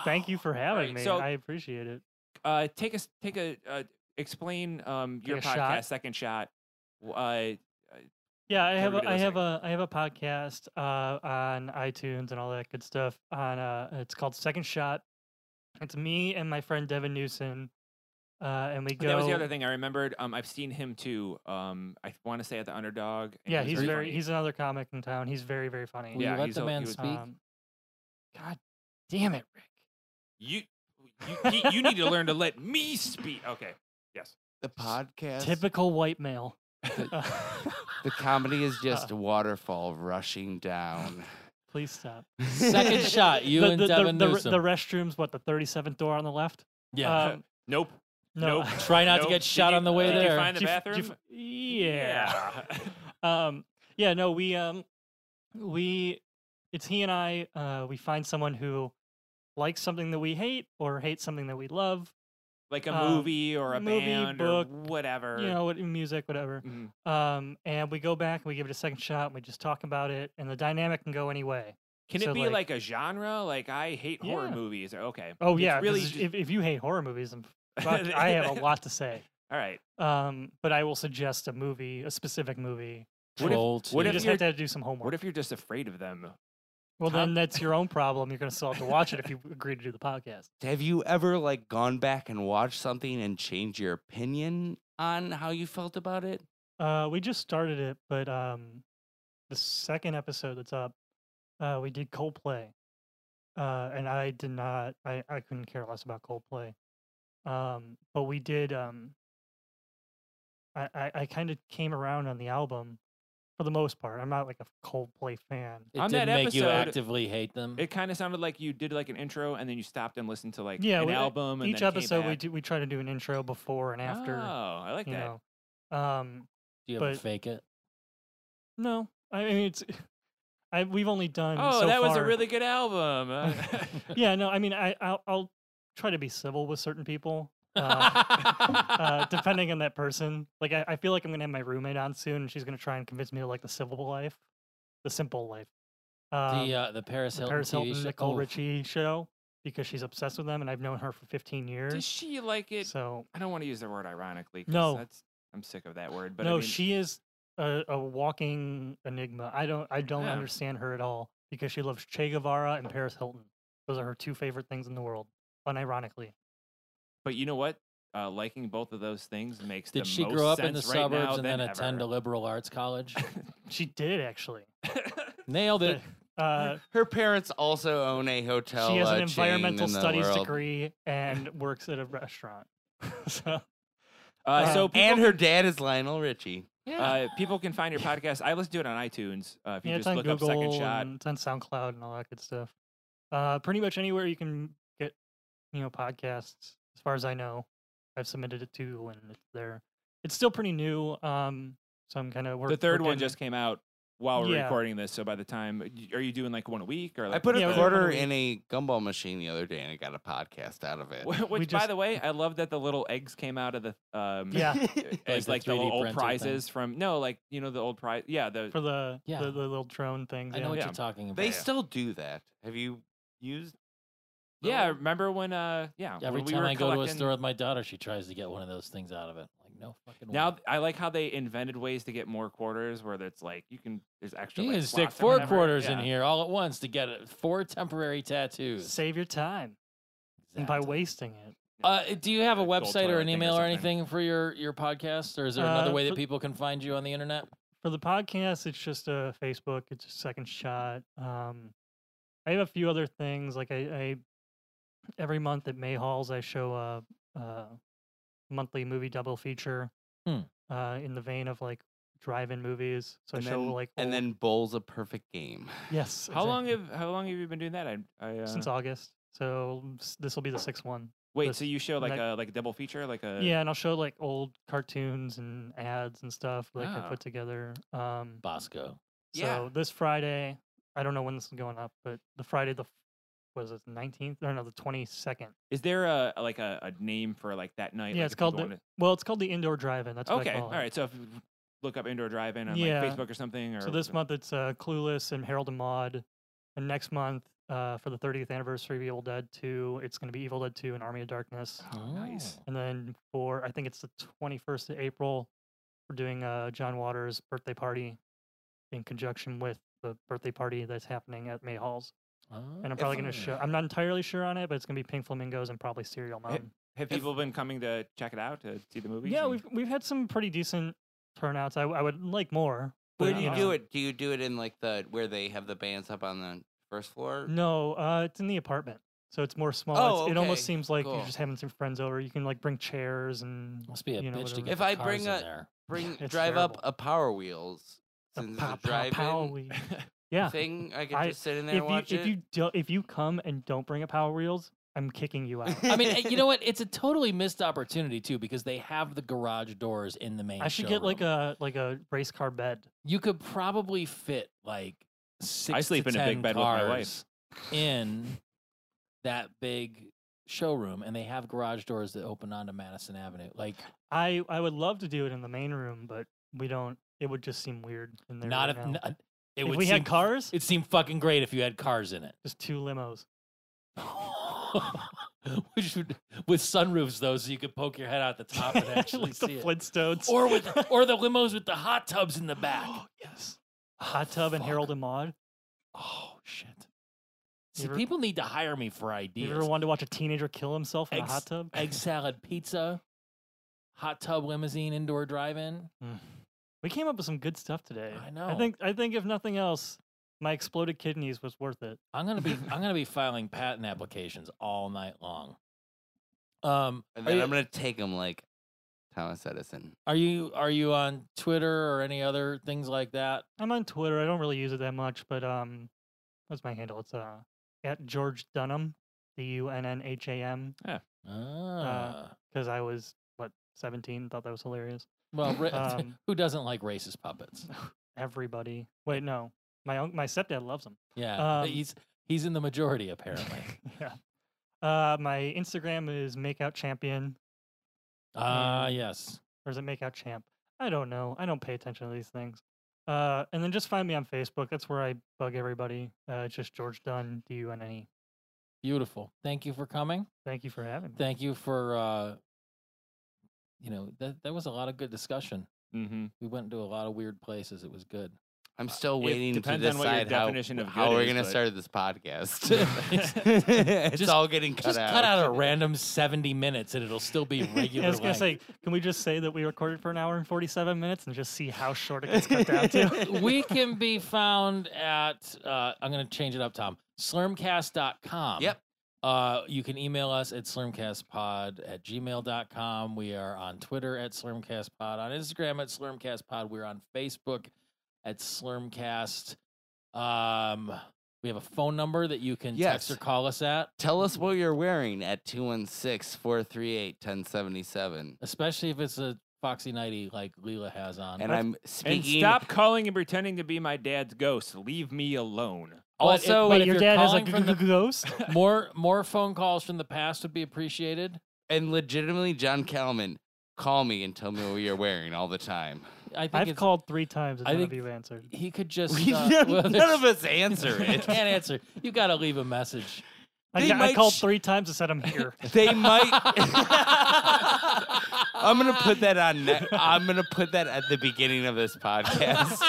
Thank you for having Alright, me. so- I appreciate it. Uh, take a s- take a uh, explain um your a podcast shot? second shot. w- Uh, Yeah, I for have a, everybody I have a I have a podcast uh, on iTunes and all that good stuff. On uh, it's called Second Shot. It's me and my friend Devin Newsom, uh, and we go. that was the other thing I remembered. Um, I've seen him too. Um, I want to say at the underdog. and Yeah, he was he's very funny. he's another comic in town. He's very very funny. Will Yeah, you let he's the a- man he was- speak? Um, God damn it, Rick. you. You, you, you need to learn to let me speak. Okay. Yes. The podcast, Typical white male. Uh, the comedy is just a waterfall rushing down. Please stop. Second shot, you the, and the, the- Devin the, re- Newsom. the restroom's what the 37th door on the left. yeah. Um, Nope. no. Nope. Try not to Nope. get Did shot you- on the way did you there. find the Do you f- do bathroom? you f- yeah. um yeah no we um we it's he and i uh we find someone who likes something that we hate or hates something that we love like a Um, movie or a movie, band book, or whatever. you know what- music whatever Mhm. um and we go back and we give it a second shot and we just talk about it and the dynamic can go any way Can So, it be like, like- a genre? Like I hate horror Yeah. movies. Okay. oh It's yeah 'cause Really. it's- ju- if, if you hate horror movies then fuck, i have a lot to say All right. um but i will suggest a movie a specific movie What if- Troll what two. you if just you're- have to do some homework What if you're just afraid of them? well Tom- then that's your own problem you're gonna still have to watch it if you agree to do the podcast Have you ever like gone back and watched something and changed your opinion on how you felt about it? Uh, we just started it, but um, the second episode that's up, uh, we did Coldplay, uh, and I did not, I, I couldn't care less about Coldplay, um, but we did, um, I, I, I kind of came around on the album for the most part. I'm not like a Coldplay fan. It on that didn't make you episode, actively hate them. Mm-hmm. It kind of sounded like you did like an intro and then you stopped and listened to like Yeah, an we- uh, album. And Each then came episode, we back. do, we try to do an intro before and after, Oh, I like you that. know. Um, Do you ever but- fake it? no, I mean it's, I we've only done. Oh, so that was a far- really good album. Uh, yeah, no, I mean, I, I'll, I'll try to be civil with certain people, uh, uh, depending on that person. Like, I, I feel like I'm gonna have my roommate on soon, and she's gonna try and convince me to like the civil life, the simple life, um, the uh, the Paris the Hilton, Paris TV Hilton, show. Nicole Oof. Ritchie show, because she's obsessed with them, and I've known her for 15 Does years. she like it? So, I don't want to use the word ironically. 'cause No. that's I'm sick of that word. But no, I mean, she is a, a walking enigma. I don't, I don't Yeah. understand her at all because she loves Che Guevara and Paris Hilton. Those are her two favorite things in the world, unironically. But you know what? Uh, liking both of those things makes. Did the she most grow up in the sense right now suburbs and then than attend a ever. liberal arts college? She did actually. Nailed it. Uh, Her parents also own a hotel. she has uh, an chain environmental in the studies world. degree and works at a restaurant. so Uh, so Um, people and her dad is Lionel Richie. Uh, people can find your podcast. I listen to it on iTunes. Uh, if you yeah, it's just on look Google up Second Shot, and it's on SoundCloud and all that good stuff. Uh, pretty much anywhere you can get, you know, podcasts. As far as I know, I've submitted it to and it's there. It's still pretty new, um, so I'm kind of the third one just came out. while we're Yeah. recording this. So by the time, are you doing like one a week or I like? put Yeah, a we- quarter we- in a gumball machine the other day and I got a podcast out of it. Wh- Which, by just- the way, I love that the little eggs came out of the um, Yeah. as the like the, 3D old printed thing. prizes from no, like you know the old prize, yeah, the for the, Yeah. the, the little drone thing. I know what Yeah. you're talking about. They still do that. Have you used? yeah. little- Remember when? Uh, yeah, Every when we time were I go to a collecting- store with my daughter, she tries to get one of those things out of it. Like no fucking. way. Now th- I like how they invented ways to get more quarters, where it's like you can there's extra. you like, can stick slots or four whatever. quarters in Yeah. here all at once to get it- four temporary tattoos. Save your time and by Exactly. wasting it. Uh, do you have a Gold website or toilet thing an or email or, something. anything for your your podcast, or is there another Uh, way that for- people can find you on the internet? For the podcast, it's just a Facebook. It's a second shot. Um, I have a few other things. Like I, I every month at May Halls, I show a, a monthly movie double feature Hmm. uh, in the vein of like drive-in movies. So and I show then, like and old- then bowls a perfect game. yes. How long exactly. have how long have you been doing that? I, I uh, since August? So mm, s- this will be the sixth one. wait. this- So you show like that- a like a double feature, like a yeah, and I'll show like old cartoons and ads and stuff like Ah. I put together. Um, Bosco. Yeah. So this Friday, I don't know when this is going up, but the Friday the was it nineteenth? No, no, the twenty second. Is there a like a, a name for like that night? Yeah, like, it's if people called the, wanna- well, it's called the indoor drive-in. That's what I okay, call all it. right. So if you look up indoor drive-in on Yeah. like Facebook or something, or So this month it's uh, Clueless and Harold and Maude, and next month uh, for the thirtieth anniversary of Evil Dead Two, it's going to be Evil Dead Two and Army of Darkness, Oh, nice. and then for I think it's the twenty first of April, we're doing uh, John Waters' birthday party, in conjunction with the birthday party that's happening at May Halls. Oh, And I'm probably going to show. I'm not entirely sure on it, but it's going to be Pink Flamingos and probably Serial Mom. Have If- people been coming to check it out to see the movie? Yeah, we've we've had some pretty decent turnouts. I, I would like more. Where but, do you uh, do it? Do you do it in like the where they have the bands up on the first floor? No, uh, it's in the apartment, so it's more small. Oh, It's- It almost okay, seems like cool. you're just having some friends over. You can like bring chairs and Must be a you know, bitch to whatever. get If the I cars bring in a- there. Bring It's drive up terrible. a Power Wheels a since pow, it's a pow, drive pow in we- Yeah. thing. I could I- just sit in there If and you watch if it. you do, if you come and don't bring a Power Wheels, I'm kicking you out. I mean, eh, you know what? It's a totally missed opportunity too because they have the garage doors in the main. I should get like showroom. a like a race car bed. You could probably fit like six. sleep to in a big 10 bed with my wife. cars In that big showroom, and they have garage doors that open onto Madison Avenue. Like I I would love to do it in the main room, but we don't. It would just seem weird in there. not if right now. n- uh, it if would we seem, had cars, It seemed fucking great if you had cars in it. just two limos. Which would, with sunroofs though, so you could poke your head out the top and actually like the see it. Flintstones. or with or the limos with the hot tubs in the back. Ah, yes, hot tub and Harold and Maude. Oh shit! You See, ever- people need to hire me for ideas. You ever wanted to watch a teenager kill himself in Ex- a hot tub? Egg salad pizza, hot tub limousine indoor drive-in. Hmm. we came up with some good stuff today. I I know. think I think if nothing else, my exploded kidneys was worth it. I'm gonna be I'm gonna be filing patent applications all night long. Um, and are then you, I'm gonna take them like Thomas Edison. are you are you on Twitter or any other things like that? I'm on Twitter. I don't really use it that much, but um, what's my handle? It's uh at George Dunham, D U N N H A M, Ah, because I was what 17, thought that was hilarious. well, ra- Um, who doesn't like racist puppets? Everybody, wait, no, my unc my stepdad loves them. Yeah, Um, he's he's in the majority apparently. yeah. Uh, my Instagram is Makeout Champion, Ah, Um, yes. or is it Makeout Champ? I don't know. I don't pay attention to these things. Uh, and then just find me on Facebook. That's where I bug everybody. Uh, it's just George Dunn, D U N N E. Beautiful. Thank you for coming. Thank you for having me. Thank you for uh you know, that that was a lot of good discussion. hmm We went to a lot of weird places. It was good. I'm still it waiting to depends on what your decide how, definition of how good we're is, gonna but- start this podcast. it's Just- all getting cut Just out. cut out a random 70 minutes and it'll still be Yeah, regular. I was gonna length. say, can we just say that we recorded for an hour and forty-seven minutes and just see how short it gets cut down to? we can be found at uh, I'm going to change it up, Tom. Slurmcast.com. Yep. Uh, you can email us at slurmcastpod at gmail.com. We are on Twitter at slurmcastpod, on Instagram at slurmcastpod. We're on Facebook at slurmcast. Um, we have a phone number that you can Yes. text or call us at, Tell us what you're wearing at 216 438 1077. especially if it's a Foxy Nighty like Leela has on. And Let's- I'm And speaking. stop calling and pretending to be my dad's ghost. Leave me alone. But if- Also, but if your you're dad has a calling from the- ghost. more more phone calls from the past would be appreciated. And legitimately, John Calman, call me and tell me what you're wearing all the time. I think I've it's, called three times and I none of think- you answered. he could just We- uh, none, well, none there's- of us answer it. can't answer. You got to leave a message. I, They got- I might called sh- three times and said I'm here. They might. I'm gonna put that on. Ne- I'm gonna put that at the beginning of this podcast.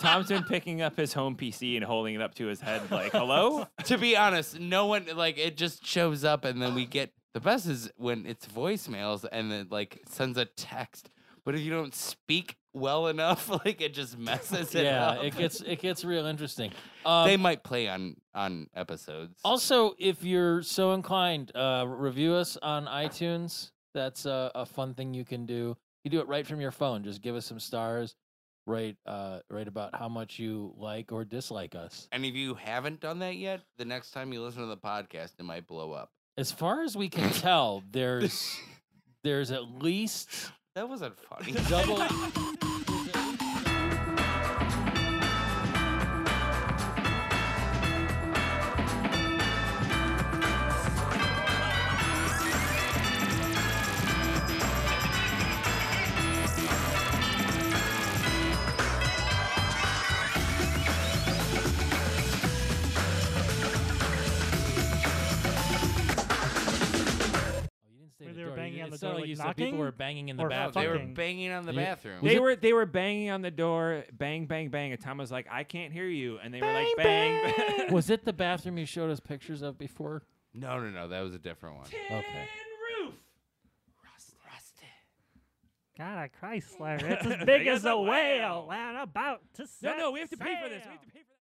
Thompson picking up his home PC and holding it up to his head, like, hello? to be honest, no one like it just shows up and then we get the best is when it's voicemails and it like sends a text. But if you don't speak well enough, like it just messes it yeah, up. it gets it gets real interesting. Um, they might play on on episodes. Also, if you're so inclined, uh, review us on iTunes. That's uh, a, a fun thing you can do. You do it right from your phone. Just give us some stars. Write, uh, write about how much you like or dislike us. and if you haven't done that yet, the next time you listen to the podcast, it might blow up. As far as we can tell, there's there's at least That wasn't funny. double. Oh, you didn't say Where the they door. were You banging didn't- on the it sounded door, like like you said people knocking? were banging in the Or No, bathroom. they were fucking- banging on the You- bathroom. They were they were banging on the door, bang, bang, bang. And Tom was like, I can't hear you. And they were like, bang, bang. Was it the bathroom you showed us pictures of before? no, no, no. That was a different one. Okay. roof. God, I cry, Slayer. It's as big as a whale and about to No, no, we have to pay for this. We have to pay for that.